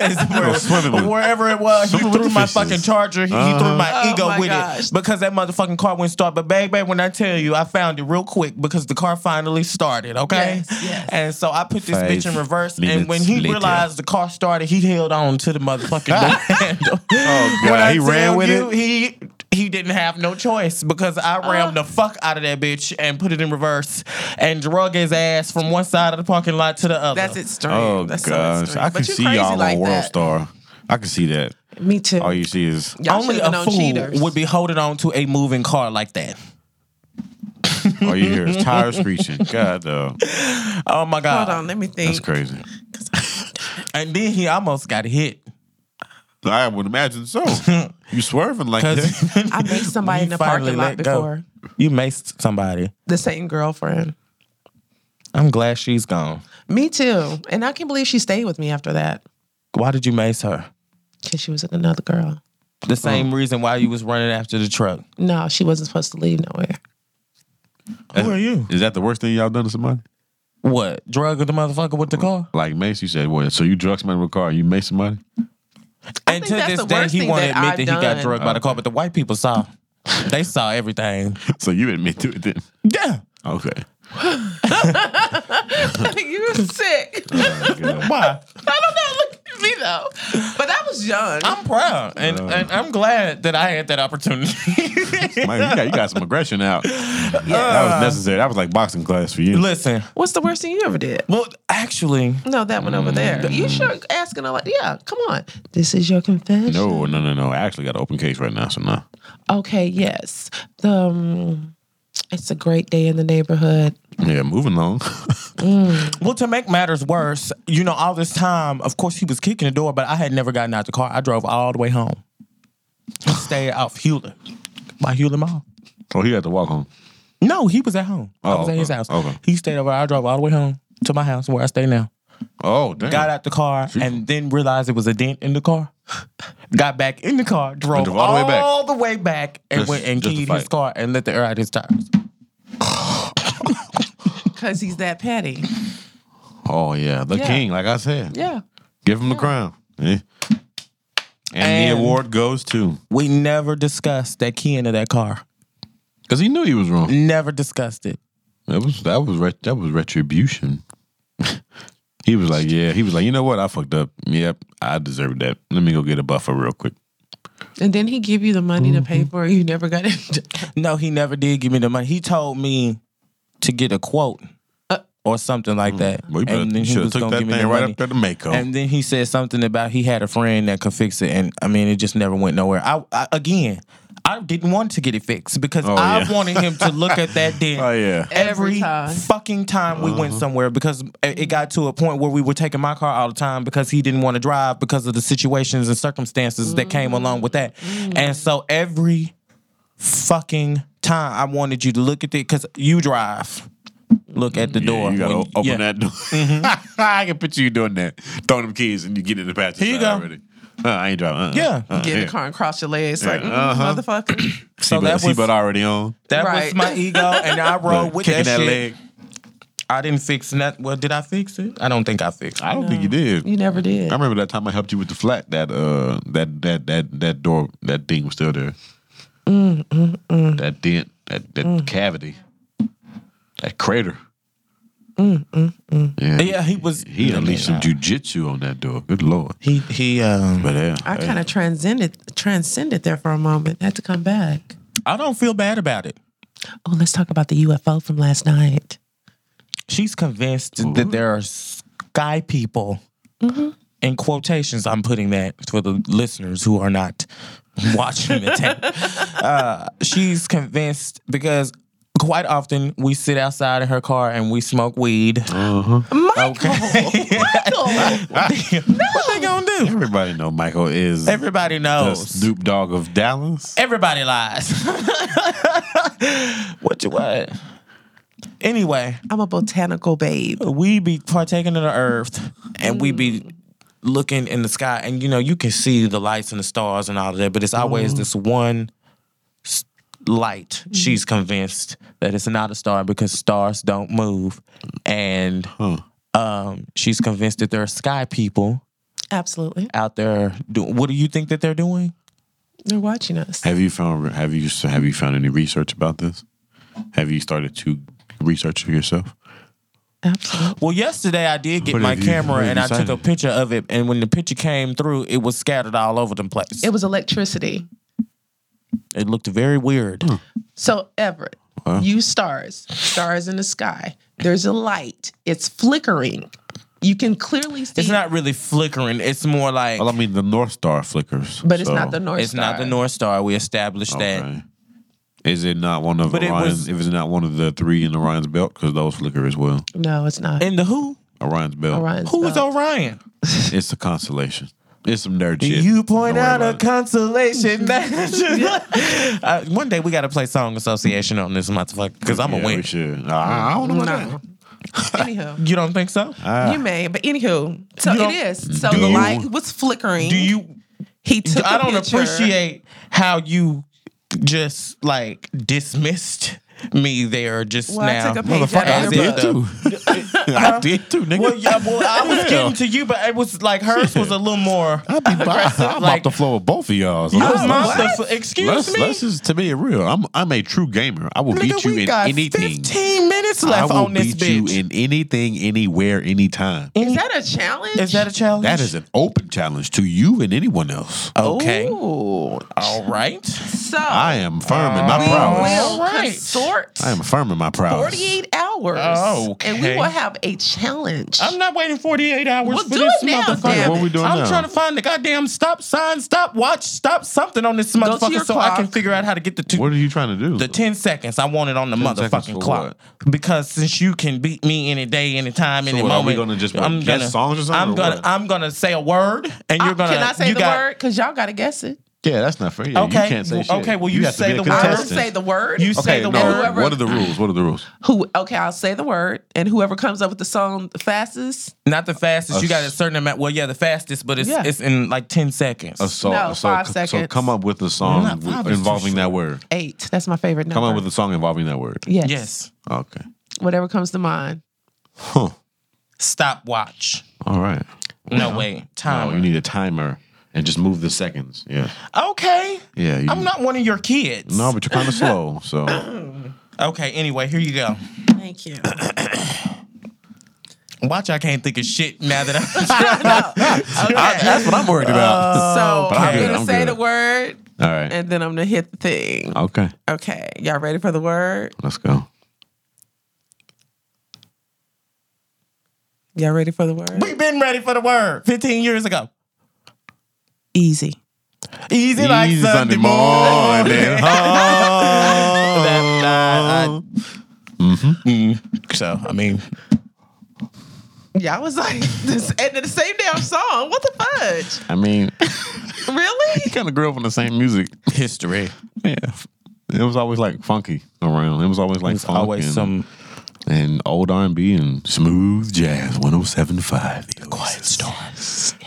It's where- Go swimming with- wherever it was, he Swimming threw with my fishes. Uh-huh. fucking charger. He, he threw my Oh ego my with gosh. it because that motherfucking car wouldn't start. But baby, when I tell you, I found it real quick because the car finally started. Okay, Yes, yes. and so I put this Five bitch in reverse, and minutes when he later. realized the car started, he held on to the motherfucking door handle. Oh, When I God. He ran tell with you, it. He he didn't have no choice because I Oh. rammed the fuck out of that bitch and put it in reverse and drug his ass from one side of the parking lot to the other. That's its story. Oh, That's so gosh. extreme. I But can you see crazy y'all on like World that. Star. I can see that. Me too. All you see is. Y'all Only should've a known fool cheaters. would be holding on to a moving car like that. All you hear is tires screeching. God, though. Oh my god! Hold on, let me think. That's crazy. And then he almost got hit. I would imagine so. You swerving like 'Cause that. I made somebody in He the finally parking lot let go. before. You maced somebody. The same girlfriend. I'm glad she's gone. Me too. And I can't believe she stayed with me after that Why did you mace her? because she was with another girl. The same reason why you was running after the truck. No, she wasn't supposed to leave nowhere. Who are you? Is that the worst thing y'all done to somebody? What? Drug the motherfucker with the car? Like Mace, you said, what? So you drug somebody with a car, you made somebody? And think to that's this the day, worst he thing won't that admit I've that he got done. drugged by the car, but the white people saw. They saw everything. So you admit to it then? Yeah. Okay. you were sick. I Why? don't know. Look at me though. But I was young. I'm proud. And, and I'm glad that I had that opportunity. Man, you got, you got some aggression out. That was necessary. That was like boxing class for you. Listen, What's the worst thing you ever did? well, actually, No, that one over there. You sure asking a lot? Yeah, come on. This is your confession. No, no, no, no. I actually got an open case right now, so no. Okay. Yes. The, um, it's a great day in the neighborhood. Yeah, moving along. Well, to make matters worse, you know, all this time, of course, he was kicking the door, but I had never gotten out the car. I drove all the way home. He stayed off Hewlett by Hewlett Mall. oh, he had to walk home. No, he was at home. I Oh, was at his okay. house. Okay. He stayed over. I drove all the way home to my house where I stay now. Oh, damn. Got out the car and then realized it was a dent in the car. Got back in the car, drove drove all the way back. all the way back, and Just- went and just to keyed his fight. car and let the air out his tires. Cause he's that petty. Oh, yeah. The Yeah. king, like I said. Yeah. Give him the crown. Yeah. And, And- the award goes to. We never discussed that key into that car. Because he knew he was wrong. Never discussed it. That was that was ret- that was retribution. he was like, yeah. He was like, you know what? I fucked up. Yep, I deserved that. Let me go get a buffer real quick. And then he give you the money to pay for it. You never got it. No, he never did give me the money. He told me to get a quote or something like that. Mm, Well, you better, and then you he should have was took gonna that give me thing the right money. up there to Mako. And then he said something about he had a friend that could fix it, and I mean, it just never went nowhere. I, I again, I didn't want to get it fixed because Oh, I yeah. wanted him to look at that dent. oh yeah. Every, Every time. fucking time we Uh-huh. went somewhere because it it got to a point where we were taking my car all the time because he didn't want to drive because of the situations and circumstances that came along with that. And so every fucking time I wanted you to look at it because you drive. Look at the door. Yeah, you gotta when- open yeah. Mm-hmm. that door. I can picture you doing that. Throwing them keys and you get in the passenger Here you side go. already. Uh, I ain't driving. Uh, Yeah. uh, Get in yeah. the car and cross your legs like, mm, motherfucker. So Seatbelt- that was seatbelt already on. that was Right. my ego, and I rode with Kicking that, that shit. leg. I didn't fix that. Well, did I fix it? I don't think I fixed. it. I don't think you did. You never did. I remember that time I helped you with the flat. That uh, that that that that door, that thing was still there. That dent, that that cavity, that crater. Yeah, Yeah, he was. he unleashed some jujitsu on that door. Good lord! He he. Um, But uh, yeah, I kind of transcended transcended there for a moment. Had to come back. I don't feel bad about it. Oh, let's talk about the UFO from last night. She's convinced that there are sky people. In quotations, I'm putting that for the listeners who are not watching the tape. Uh, she's convinced because quite often we sit outside in her car and we smoke weed. Michael, Michael, What they gonna do? everybody know Michael is Everybody the knows. Snoop Dogg of Dallas. Everybody lies. what you what? Anyway, I'm a botanical babe. we be partaking of the earth and we be looking in the sky and you know you can see the lights and the stars and all of that but it's always this one s- light she's convinced that it's not a star because stars don't move and um, she's convinced that there are sky people Absolutely, out there doing what do you think that they're doing they're watching us. Have you found have you have you found any research about this? Have you started to research for yourself? Absolutely. Well, yesterday I did get What my have you- what camera and have you I took a cited? picture of it. And when the picture came through, it was scattered all over the place. It It, was electricity. looked very weird. So Everett, you stars, stars in the sky. There's a light. It's flickering. You can clearly see. It's not really flickering. It's more like Well, I mean the North Star flickers, but it's so- not the north. it's not Star. the North Star. We established that. Okay. Is it not one of But it Orion's? was- if it's not one of the three in Orion's belt, because those flicker as well. No, it's not. And the who? Orion's belt. Orion's Who is belt. Orion? It's a constellation. It's some nerd shit. You point Don't worry out a about it. consolation. uh, one day we got to play song association on this motherfucker because I'm Yeah, a win. we should. I, I don't know about No. that. Anywho. You don't think so? You may, but anywho, so Ah. You don't- it is. So Do the you- light was flickering. Do you? He took. I I don't appreciate how you just like dismissed me there just Well, I now. took a page Motherfucker, I out As of if did the- the- too. I did too, nigga. Well, yeah, well, I was getting to you, but it was like hers was a little more. I'll be bopped I'll like- mop the floor with both of y'all. So let's, I'm let's- not the f- uh, excuse Oh, let's- me. let's just to be real. I'm I'm a true gamer. I will Nigga, beat you we in got anything. 15 minutes I left will on this beat bitch. you in anything, anywhere, anytime. Is that a challenge? is that a challenge? That is an open challenge to you and anyone else. okay. Ooh. All right. So I am firm in my Oh, we prowess. will All right. consort I am firm in my prowess. 48 hours, Okay. and we will have a challenge. I'm not waiting 48 hours Well, for do this it now, motherfucker. damn What we doing I'm now? trying to find the goddamn stop sign, stop watch, stop something on this to motherfucker your so I clock. can figure out how to get the two. What are you trying to do? the 10 seconds I want it on the 10 seconds motherfucking for clock because since you can beat me any day any time any what, are we moment gonna just, what, guess songs or something, I'm or gonna what? Ah, I'm gonna say a word and you're I- gonna Uh, Can I say you the got, word? Because y'all got to guess it. yeah, that's not fair. Yeah, Okay, You can't say well, shit. okay, well, you have to say be a the word. I will Contestant. say the word. You say Okay, the no. word. whoever- What are the rules? What are the rules? who? Okay, I'll say the word, and whoever comes up with the song the fastest. not the fastest you got a certain amount well yeah the fastest but it's Yeah. it's in like 10 seconds So, No, so, five so seconds. come up with a song Not five with- is too involving that word. Eight. That's my favorite number. Come up with a song involving that word. yes. yes Okay. Whatever comes to mind. Huh. stop watch All right. no wait Oh, you time need a timer and just move the seconds. Yeah. okay Yeah. You, I'm not one of your kids No, but you're kind of slow. So okay anyway here you go Thank you. watch I can't think of shit now that I'm that's what I'm worried Uh, about. So but I'm I'm, good, gonna I'm say good. the word, All right. and then I'm gonna hit the thing. Okay. Okay, y'all ready for the word? Let's go. Y'all ready for the word? we've been ready for the word 15 years ago Easy. easy, like Easy Sunday, morning. huh? Mm-hmm. So I mean, Y'all was like this, and the same damn song. What the I mean, fudge? Really? he kind of grew up on the same music. history. Yeah. It was always like funky around. It was always like It's funk always and, some and old R and B and smooth jazz. One oh seven five. Quiet storm.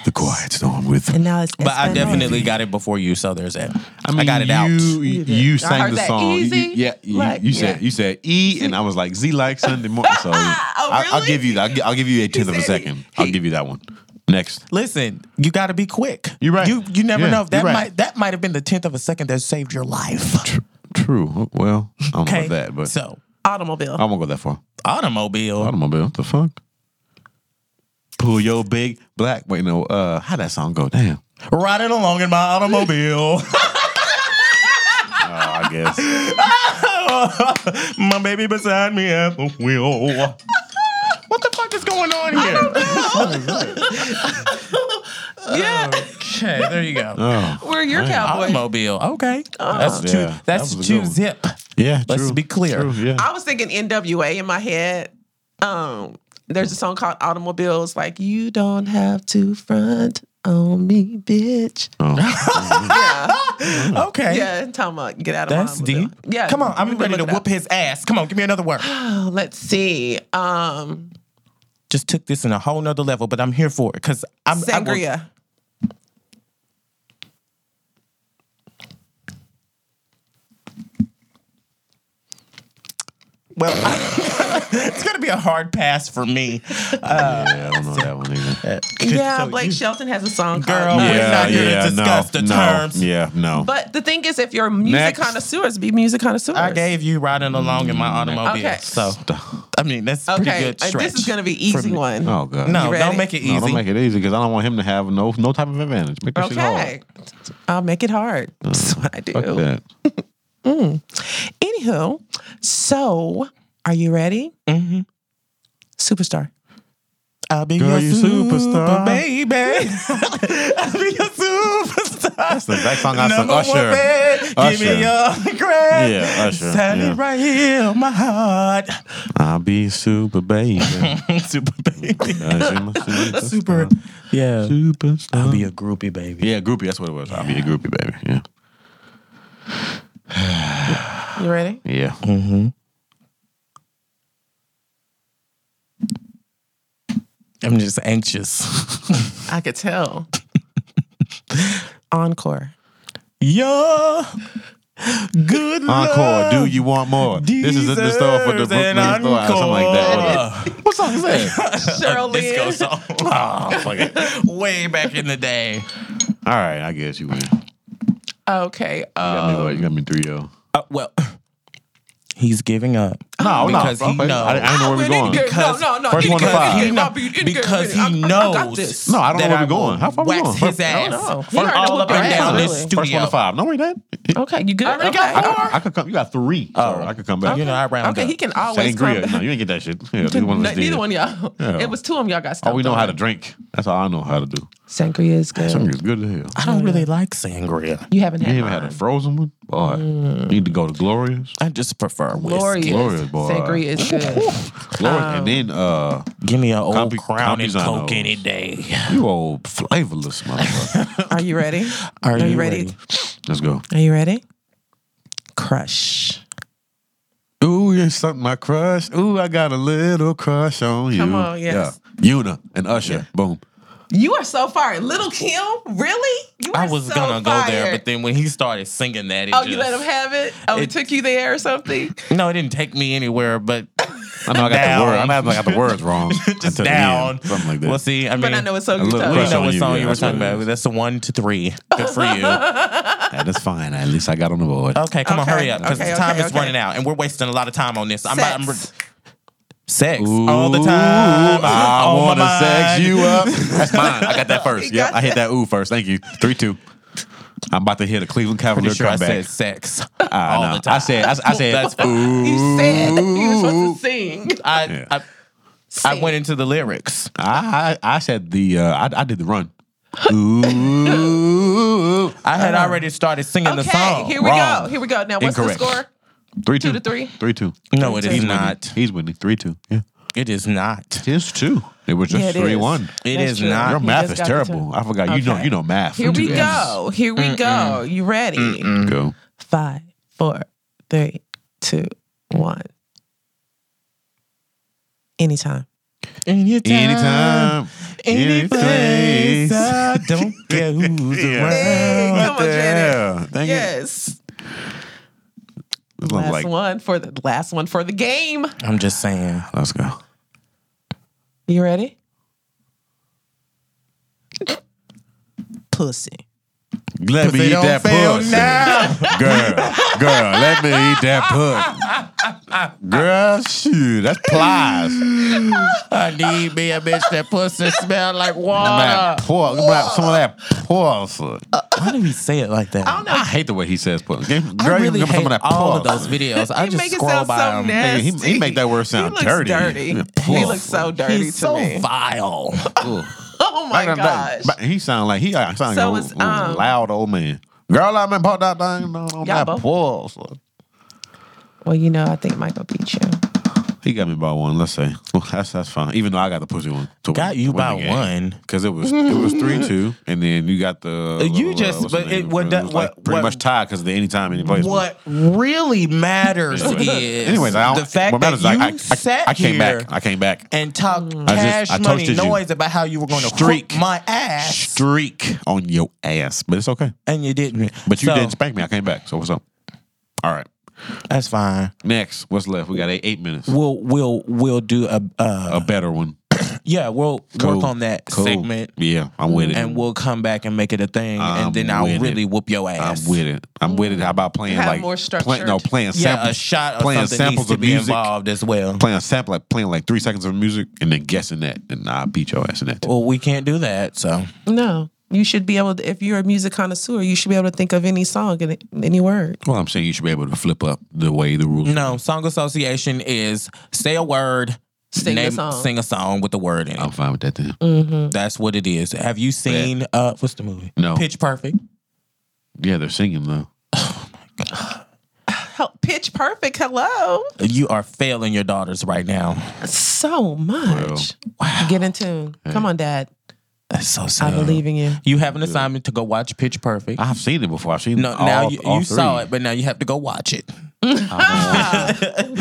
The quiet storm with. And now it's. But I definitely got it before you, so there's that. I, got it you, out. You, did. I sang heard the that song. You- easy, you- yeah, you, like, you said yeah. you said E, and I was like Z like Sunday morning. So I, I'll really? give you that. I'll gi- I'll give you a tenth of a said he- second. I'll give you that one. Next, Listen, you got to be quick. You're right. You you never Yeah, know. That you're right. might that might have been the tenth of a second that saved your life. true. Well, I don't know Okay, about that, but so automobile. I won't go that far. automobile. Automobile. What the fuck? Pull your big black. Wait, no. Uh, how that song go? Damn. Riding along in my automobile. Ah, I guess. my baby beside me at the wheel. What the fuck is going on here? yeah, Okay, there you go. Oh, we're your cowboy. Automobile. Okay. that's two. Yeah, that's that was a two good one. zip. yeah. Let's true. be clear. True, yeah. I was thinking NWA in my head. Um, there's a song called Automobiles, like you don't have to front on me, bitch. Oh. Hmm. Okay. Yeah, talking about get out of That's my automobile. deep. Yeah, Come on, I'm you can ready to look it whoop up. his ass. Come on, give me another word. Oh, let's see. Um, Just took this in a whole nother level, but I'm here for it because I'm I will- sangria. well, it's gonna be a hard pass for me. yeah, I don't know that one either. yeah, So Blake you- Shelton has a song called. Girl, Nice. we're not here to discuss the terms. Yeah, no. But the thing is, if you're music Next. connoisseurs, be music connoisseurs. I gave you riding along in my automobile, Mm, Okay. so I mean that's pretty Okay, good. uh, Stretch. this is gonna be easy me. one. oh god. no, You don't ready? make it easy. No, don't make it easy because I don't want him to have no no type of advantage. Make that Okay, I'll make it hard. That's what I do. shit hard. Fuck that. Anywho, so are you ready? Mm-hmm. Superstar. I'll be your Girl, you superstar, superstar. baby. I'll be your superstar. That's the exact song I sung. Number Usher. One bed, Give me your grab. Yeah, Usher, Standing yeah. right here, my heart. I'll be super baby. super baby. super, Super. Yeah. I'll be a groupie baby. yeah, Uh-huh. groupie. That's what it was. I'll be a groupie baby. Yeah. You ready? Yeah. Mm. I'm just anxious. I could tell. Encore. Your good Encore. love Do you want more? This is the, the store for the deserves an Brooklyn store or something like that. encore. What song is that? Cheryl disco Lynn. song. Oh, fuck it. Way back in the day. All right, I guess you win. You Okay. got me, Uh, what? you got me three oh. zero. Uh, well, he's giving up. No, Because no, he I, know. I, didn't know where we Win are any going. game. Oh, No, no, no. First Any one to game. five. Any He game. know- I'll be- any because game. he I- I- I got knows this. No, I don't know that where I we're going. How far we wax going? his First- I don't ass. know. First, He already all whooped up her and ass. down this Really? studio. First one to five. No, we didn't. Okay, you good? already got I Okay. four. could, I could come. You got three. Oh, I could come back. You know, I round Okay, up. he can always come Sangria. back. No, you ain't get that shit. Yeah, Neither neither one of us did. one of y'all. Yeah. It was two of them y'all got stumped All Oh, we know on. how to drink. That's all I know how to do. Sangria is good. Sangria's good as hell. I don't really like sangria. You haven't You had ain't even had a mine. frozen one? Boy, Mm. you need to go to Glorious. I just prefer whiskey. Glorious. Glorious, boy. Sangria is good. Glorious. Um, and then, uh, Give me an old Compu- crown and Compuzanos. coke any day. you old flavorless motherfucker. Are you ready? Are you you ready? ready? Let's go. Are you ready? Crush. Ooh, you sunk my crush. Ooh, I got a little crush on you. Come on, yes. Yeah. Una and Usher. Boom. You are so fired. Little Kim, really? You are I was so gonna go there, fired. but then when he started singing that, it Oh, just, you let him have it? Oh, it, It- took you there or something? No, it didn't take me anywhere, but I know I got Down. the word. I know I got the words wrong. just Until the down. end, something like that. Well, see, I mean, But I know it's so A good. little we crush know on what you, song yeah, you were that's what talking it about. is. That's the one to three. Good for you. That is fine. At least I got on the board. Okay, come on, Okay, hurry up because okay, the time okay, is okay. running out, and we're wasting a lot of time on this. I'm, about- I'm re- Sex. sex all the time. Ooh, I on my want to mind. sex you up. That's mine. I got that first. Yep, I hit that ooh first. Thank you. Three two. I'm about to hit a Cleveland Cavalier Pretty sure I said comeback. sex I all know. the time. I said. I, I said. That's- ooh. You said you were supposed to sing. I, Yeah. I, I went into the lyrics. I, I I said the. Uh, I I did the run. Ooh. I had already started singing the Uh-huh. Okay, song. here we Wrong. go. Here we go. Now, what's Incorrect. the score? Three two. to three? Three two. no, it is He's not. Winning. He's winning. Three two. Yeah. It is not. It is two. It was just Yeah, it three is. one. It That's is true. not. Your He math just is got the terrible. two. I forgot. You know. Okay. You know math. Here we Two M's. go. Here we go. You ready? Go. Five, four, three, two, one. Anytime. Anytime. Anytime. Any Any place place. I don't care who's Hey, around. come on, Janet. Yeah, thank you. Yes. That's what I'm Last like. one for the last one for the game. I'm just saying. Let's go. You ready? Pussy. Let me Pussy eat don't that fail pussy. Girl, girl, let me eat that pussy. Girl, shoot, that's plies. I need me a bitch that pussy smell like that pork, some of that pussy. Why do we say it like that? I, I hate the way he says pussy. Girl, you really give me hate some of that all of those pussy. videos. I You just make it scroll sound by so them. Yeah, he- he nasty. make that word sound he looks dirty. dirty. Yeah, He pussy. looks so dirty He's to so me. vile. Oh my Like, like, gosh. but he sound like he uh, sound So like it's, a l- um, loud old man. Girl, I'm in part that thing on on Y'all that both- pussy. Well, you know, I think Michael beat you. He got me by one. Let's say Well, that's that's fine. Even though I got the pussy one, to Got you by one. because it was it was three two, and then you got the You uh, just- what's the but name? it- what that- was like what- pretty what- much tied because the anytime any place. What really matters Anyway. is Anyways, I don't, the fact what that matters you is I, I, sat I, I came here back. I came back. and talked I cash just- I money toasted you. noise about how you were going to Streak. hook my ass, Streak on your ass, but it's okay. and you didn't. But you So, didn't spank me. I came back. So what's up? All right. That's fine. Next, what's left? We got eight, eight minutes. We'll we'll we'll do a uh, A better one. yeah. We'll Cool. work on that Cool. segment, Yeah, I'm with it. and we'll come back and make it a thing, I'm and then I'll with really it. whoop your I'm ass. with it. I'm with it. How about playing Have like more Play, no, structured. playing yeah, samples, a shot or playing something needs samples to of be music, involved as well. playing a sample, like playing like three seconds of music, and then guessing that, and I beat your ass in that. Well, we can't do that, so No. You should be able to, if you're a music connoisseur, you should be able to think of any song and any word. Well, I'm saying you should be able to flip up the way the rules. no. Song association is say a word, Sing the song. sing a song with the word in it. I'm fine with that then. Mm. That's what it is. Have you seen uh what's the movie? Oh. No. Pitch Perfect. Yeah, they're singing though. Hel- Pitch Perfect, hello. You are failing your daughters right now. So much. Get in tune. Come on, Dad. That's so I sad. believe in you. You have an assignment to go watch Pitch Perfect. I've seen it before. I've seen no, all, now you, all you saw three. it, but now you have to go watch it. Overstand.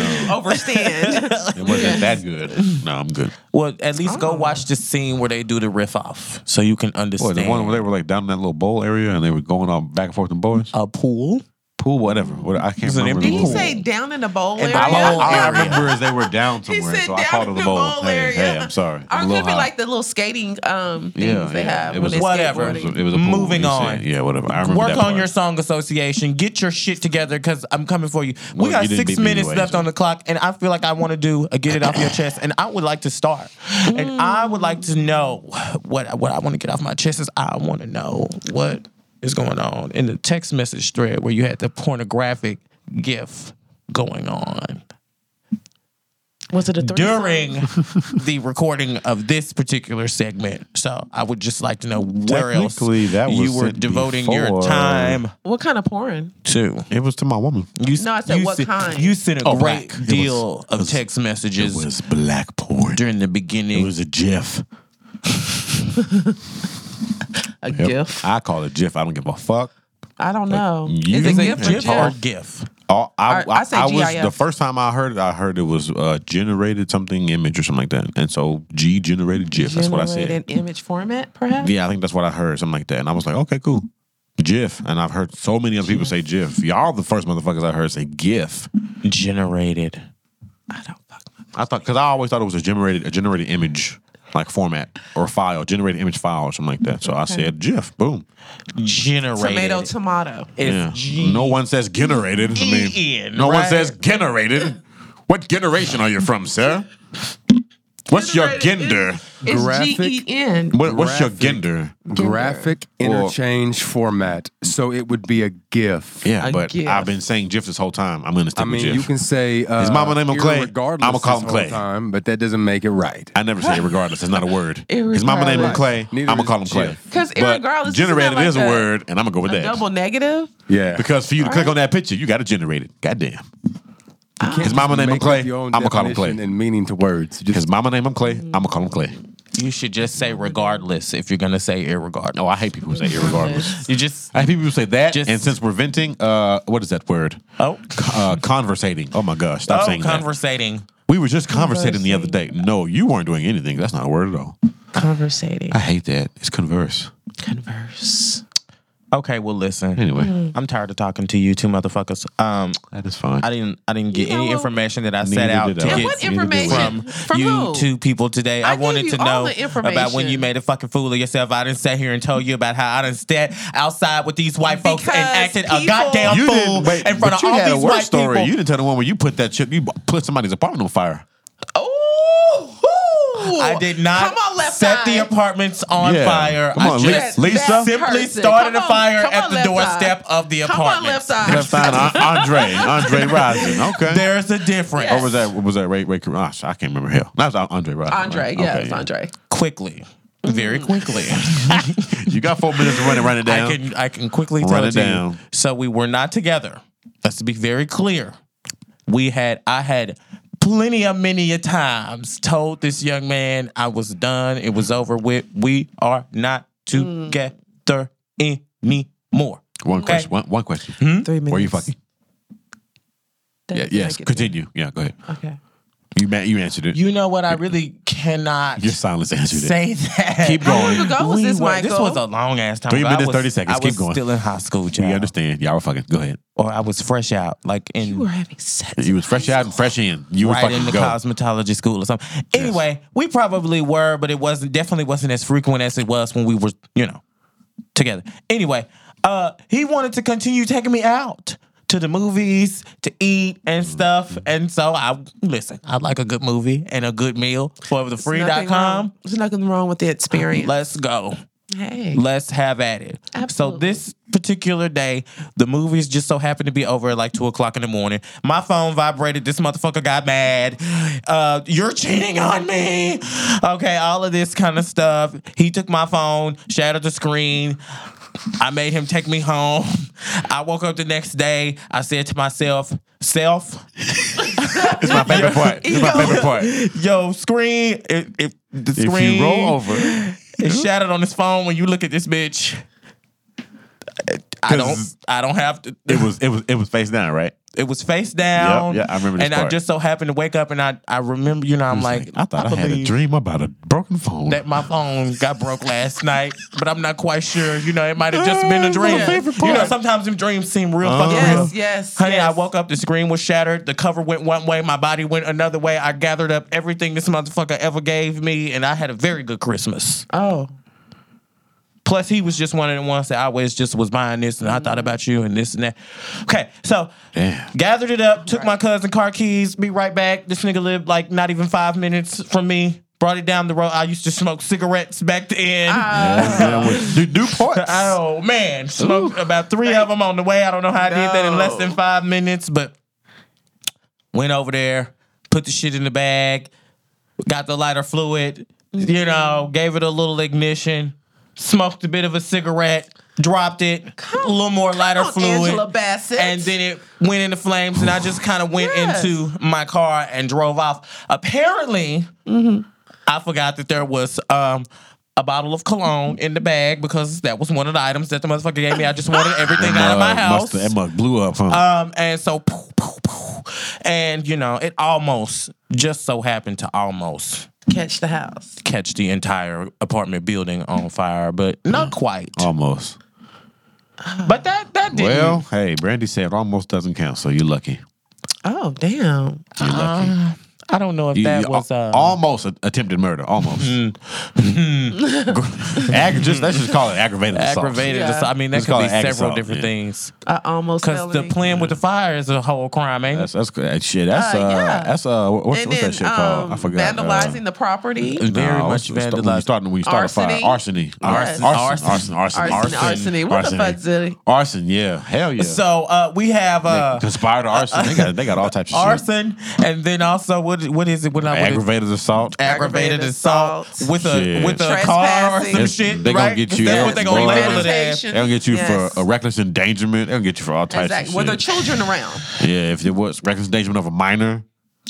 It wasn't that Mm. good. No, I'm good. Well, at least go watch the scene where they do the riff off, so you can Boy, understand. the one where they were like down in that little bowl area and they were going on back and forth in boys a pool. Uh, pool, whatever. What I can't It's an remember. empty the Did he pool. rules. say down in the bowl In area? the All, I- all Bowl I area. remember is they were down He somewhere, said so I down called it in the the bowl. bowl hey, area. hey, I'm sorry. I'm Or it a could little be high. like the little skating um, things Yeah, they yeah. have. It when was- they're Whatever. It was, skateboarding. it was a pool. Moving He said- on. Yeah, whatever. I remember Work that on part. your song association. Get your shit together because I'm coming for you. we Well, got you didn't six beat me minutes anyway, left so- on the clock, and I feel like I want to do a get it off your chest. And I would like to start. And I would like to know what what I want to get off my chest is I want to know what is going on in the text message thread where you had the pornographic gif going on Was it a three? during the recording of this particular segment. So I would just like to know where else Technically, that was you were sent devoting your before. time What kind of porn? to. It was to my woman. You, No, I said you what sen- kind? You sent a Oh, great black. It was- deal it of was- text messages black porn. during the It beginning. was a GIF. A Yep. GIF? I call it GIF. I don't give a fuck. I don't know. you Is it think GIF or GIF GIF? or GIF? Oh, I, Or- I, I say I was GIF. the first time I heard it. I heard it was uh, generated something image or something like that, and so G generated GIF. That's what I said. Generated image format, perhaps? Yeah, I think that's what I heard, something like that. And I was like, okay, cool, GIF. And I've heard so many other people say GIF. Y'all the first motherfuckers I heard say GIF. Generated. I don't fucking know. I thought because I always thought it was a generated a generated image like format or file, generated image file or something like that. So I said GIF. Boom. Generated. Tomato, tomato. It's Yeah. G- no one says generated. I mean, G-E-N, no one right? says generated. What generation are you from, sir? What's your gender? It's Graphic. G E N. What, what's your Graphic. gender? Graphic interchange format. So it would be a GIF. Yeah, A but GIF. I've been saying GIF this whole time. I'm gonna stick I mean, with you GIF. can say uh, His mama named him Clay. irregardless I'ma call him this whole Clay. Time, but that doesn't make it right. I never say it regardless. It's not a word. His mama named him Irregardless. Clay. I'm Neither gonna is call him Clay. GIF. Because But irregardless, isn't that generated like is a word, and I'm gonna go with A that. double negative? Yeah, Because for you to click right. on that picture, you got to generate it. Goddamn. You can't His mama just named him make Clay. up your own I'ma call him Clay. definition And meaning to words. You just- His mama named him Clay. Mm-hmm. I'm gonna call him Clay. You should just say regardless if you're gonna say irregardless. No, I hate people who say irregardless. You just I hate people who say that. Just- and since we're venting, uh, what is that word? oh Uh, conversating. Oh my gosh, stop oh saying that. conversating. We were just conversating the other day. No, you weren't doing anything. That's not a word at all. Conversating. I hate that. It's converse. Converse. Okay, well listen. Anyway, I'm tired of talking to you two motherfuckers. Um that is fine. Mm-hmm. I didn't I didn't get You know any what? information that I set Neither out to did I. get And And what Neither do I. from, information? From, you who? two people today. I, I gave wanted you to all know the information. about when you made a fucking fool of yourself. I didn't sit here and tell you about how I done sat outside with these white folks and Because acted a people- goddamn you fool didn't wait, in front but of you all had these a worse white story. people. You didn't tell the one where you put that chip. You put somebody's apartment on fire. Oh, who? I did not Come on, left set side. the apartments on Yeah. fire. Come I on, just Lisa. That simply person. started Come a on, fire come at on, the left doorstep side. of the Come apartment. on, left side. Let's find An- Andre. Andre Rising. Okay. There's a difference. Or was that was that Ray Ray? Gosh, I can't remember. Hell, that was Andre Rising. right? Andre, Okay, yeah, it's Andre. Quickly, very Mm. quickly. You got four minutes to run it, run it I down. can I can quickly Run tell it it to you. down. So we were not together. Let's be very clear. We had I had plenty of many a times told this young man I was done. It was over with. We are not together anymore. One Okay. question. One, one question. Three minutes. Where you fucking? Yeah, yes. Continue. Yeah, go ahead. Okay. You ma- you answered it. You know what? I really cannot Your silence answered it. say that. Keep How long going. ago was We this, were- Michael? This was a long ass time. Three ago. I minutes, was- 30 seconds. I Keep was going. Still in high school, We child, understand. Y'all were fucking. Go ahead. or I was fresh out, like in you were having sex. You was fresh out and fresh in. You were right fucking in the go. cosmetology school or something. Anyway, we probably were, but it wasn't definitely wasn't as frequent as it was when we were, you know, together. Anyway, uh, he wanted to continue taking me out to the movies to eat and stuff, and so I listen. I like a good movie and a good meal for the There's nothing free.com. wrong- There's nothing wrong with the experience. Let's go. hey. Let's have at it. So Absolutely. this particular day, the movies just so happened to be over at like two o'clock in the morning. My phone vibrated. This motherfucker got mad. Uh, you're cheating on me. Okay, all of this kind of stuff. He took my phone, shattered the screen. I made him take me home. I woke up the next day. I said to myself, self, It's my favorite part. It's my favorite part. yo, screen, it, it, the If screen. you roll over, It's shattered on his phone when you look at this bitch. I don't. 'Cause- I don't have to. it was it was it was face down, right? It was face down. yeah, I remember this And I part. just so happened to wake up, and I I remember. You know, I'm like, I thought I, had a believe dream about a broken phone. That my phone got broke last night, but I'm not quite sure. You know, it might have just been a That's dream. my favorite You know, part. sometimes them dreams seem real fucking Uh-huh. real. Yes, yes. Honey, yes. I woke up, the screen was shattered, the cover went one way, my body went another way. I gathered up everything this motherfucker ever gave me, and I had a very good Christmas. Oh. Plus, he was just one of the ones that I always just was buying this, and I thought about you and this and that. Okay, so Damn. gathered it up, took my cousin car keys, be right back. This nigga lived like not even five minutes from me. Brought it down the road. I used to smoke cigarettes back then. Yeah, with New- Newports. oh man, smoked about three of them on the way. I don't know how I did that in less than five minutes, but went over there, put the shit in the bag, got the lighter fluid, Mm-hmm. you know, gave it a little ignition, smoked a bit of a cigarette, dropped it, a little more lighter on, fluid, Angela Bassett. and then it went into flames, and I just kind of went Yes. into my car and drove off. Apparently, I forgot that there was. Um, a bottle of cologne in the bag because that was one of the items that the motherfucker gave me. I just wanted everything out of my Uh, house. must- That must blew up, huh? Um, and so, poo, poo, poo. and you know, it almost just so happened to almost Catch the house. catch the entire apartment building on fire, but Mm. not quite. almost. But that that didn't. Uh, Well, hey, Brandy said almost doesn't count, so you're lucky. Oh, damn. You're Um, lucky. I don't know if You- that you was al- uh, almost a- attempted murder. Almost. Hmm. Hmm. Aggra- just, let's just call it aggravated assault. aggravated. Yeah. assault. I mean, that Let's could call be it ag several assault, different yeah. things. I almost Because the felony. playing with the fire is a whole crime, ain't That's it? that's good. Shit, that's uh, Uh, yeah. that's uh, what- what's, and what's then that shit called? um, I forgot. vandalizing Uh, the property. Very no, much it's- it's the- when you vandalized. starting when you start a fire. Arsony. Yes. Arson. Arson. Arson. Arson. Arson, arsony. What the fuck, Zilly? Arson. Yeah. Hell yeah. So uh, we have uh, Conspired arson. They got they got all types of shit. arson, and then also what what is it? When I what is- Aggravated assault. aggravated, Aggravated assault, assault. with a Shit. with a car or some Trespassing. shit. They gonna right? get you. That's Yeah. what they gonna Right. label it as. They'll get you Yes. for a reckless endangerment. They'll get you for all types Exactly. Were of there shit. children around? yeah, if it was reckless endangerment of a minor,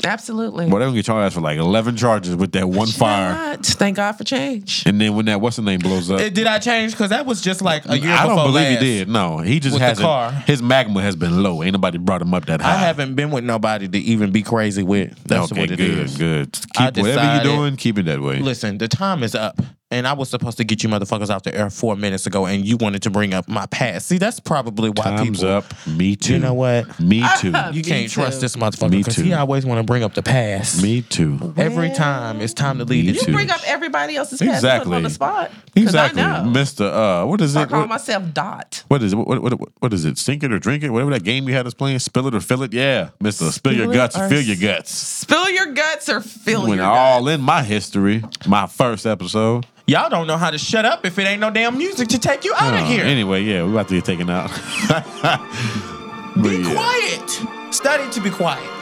Absolutely. well, they're gonna get charged for like eleven charges with that one You know fire. what? Thank God for change. And then when that what's the name blows up, Uh, Did I change? Because that was just like a year I before don't believe last. he did. No, he just With the has car. his magma has been low. Ain't nobody brought him up that high. I haven't been with nobody to even be crazy with. That's okay, what it is. good, good. I Keep whatever decided- you're doing, keep it that way. Listen, the time is up. And I was supposed to get you motherfuckers off the air four minutes ago, and you wanted to bring up my past. See, that's probably why Time's people. up. Me too. You know what? Me too. You can't too. trust this motherfucker Me because too. he always want to bring up the past. Me too. Every time it's time to leave Me the too. You bring up everybody else's past and put them on Exactly. the spot. 'Cause Exactly, I know. Mister. Uh, what is I it? call What- myself Dot. what is it? What, what, what, what is it? Sink it or drink it? Whatever that game you had us playing, spill it or fill it. Yeah, Mister. Spill, your Spill it guts or or fill your guts. Spill your guts or fill Went your all guts. in my history. My first episode. Y'all don't know how to shut up if it ain't no damn music to take you out Uh, of here. Anyway, yeah, we about to get taken out. But be yeah. quiet. Study to be quiet.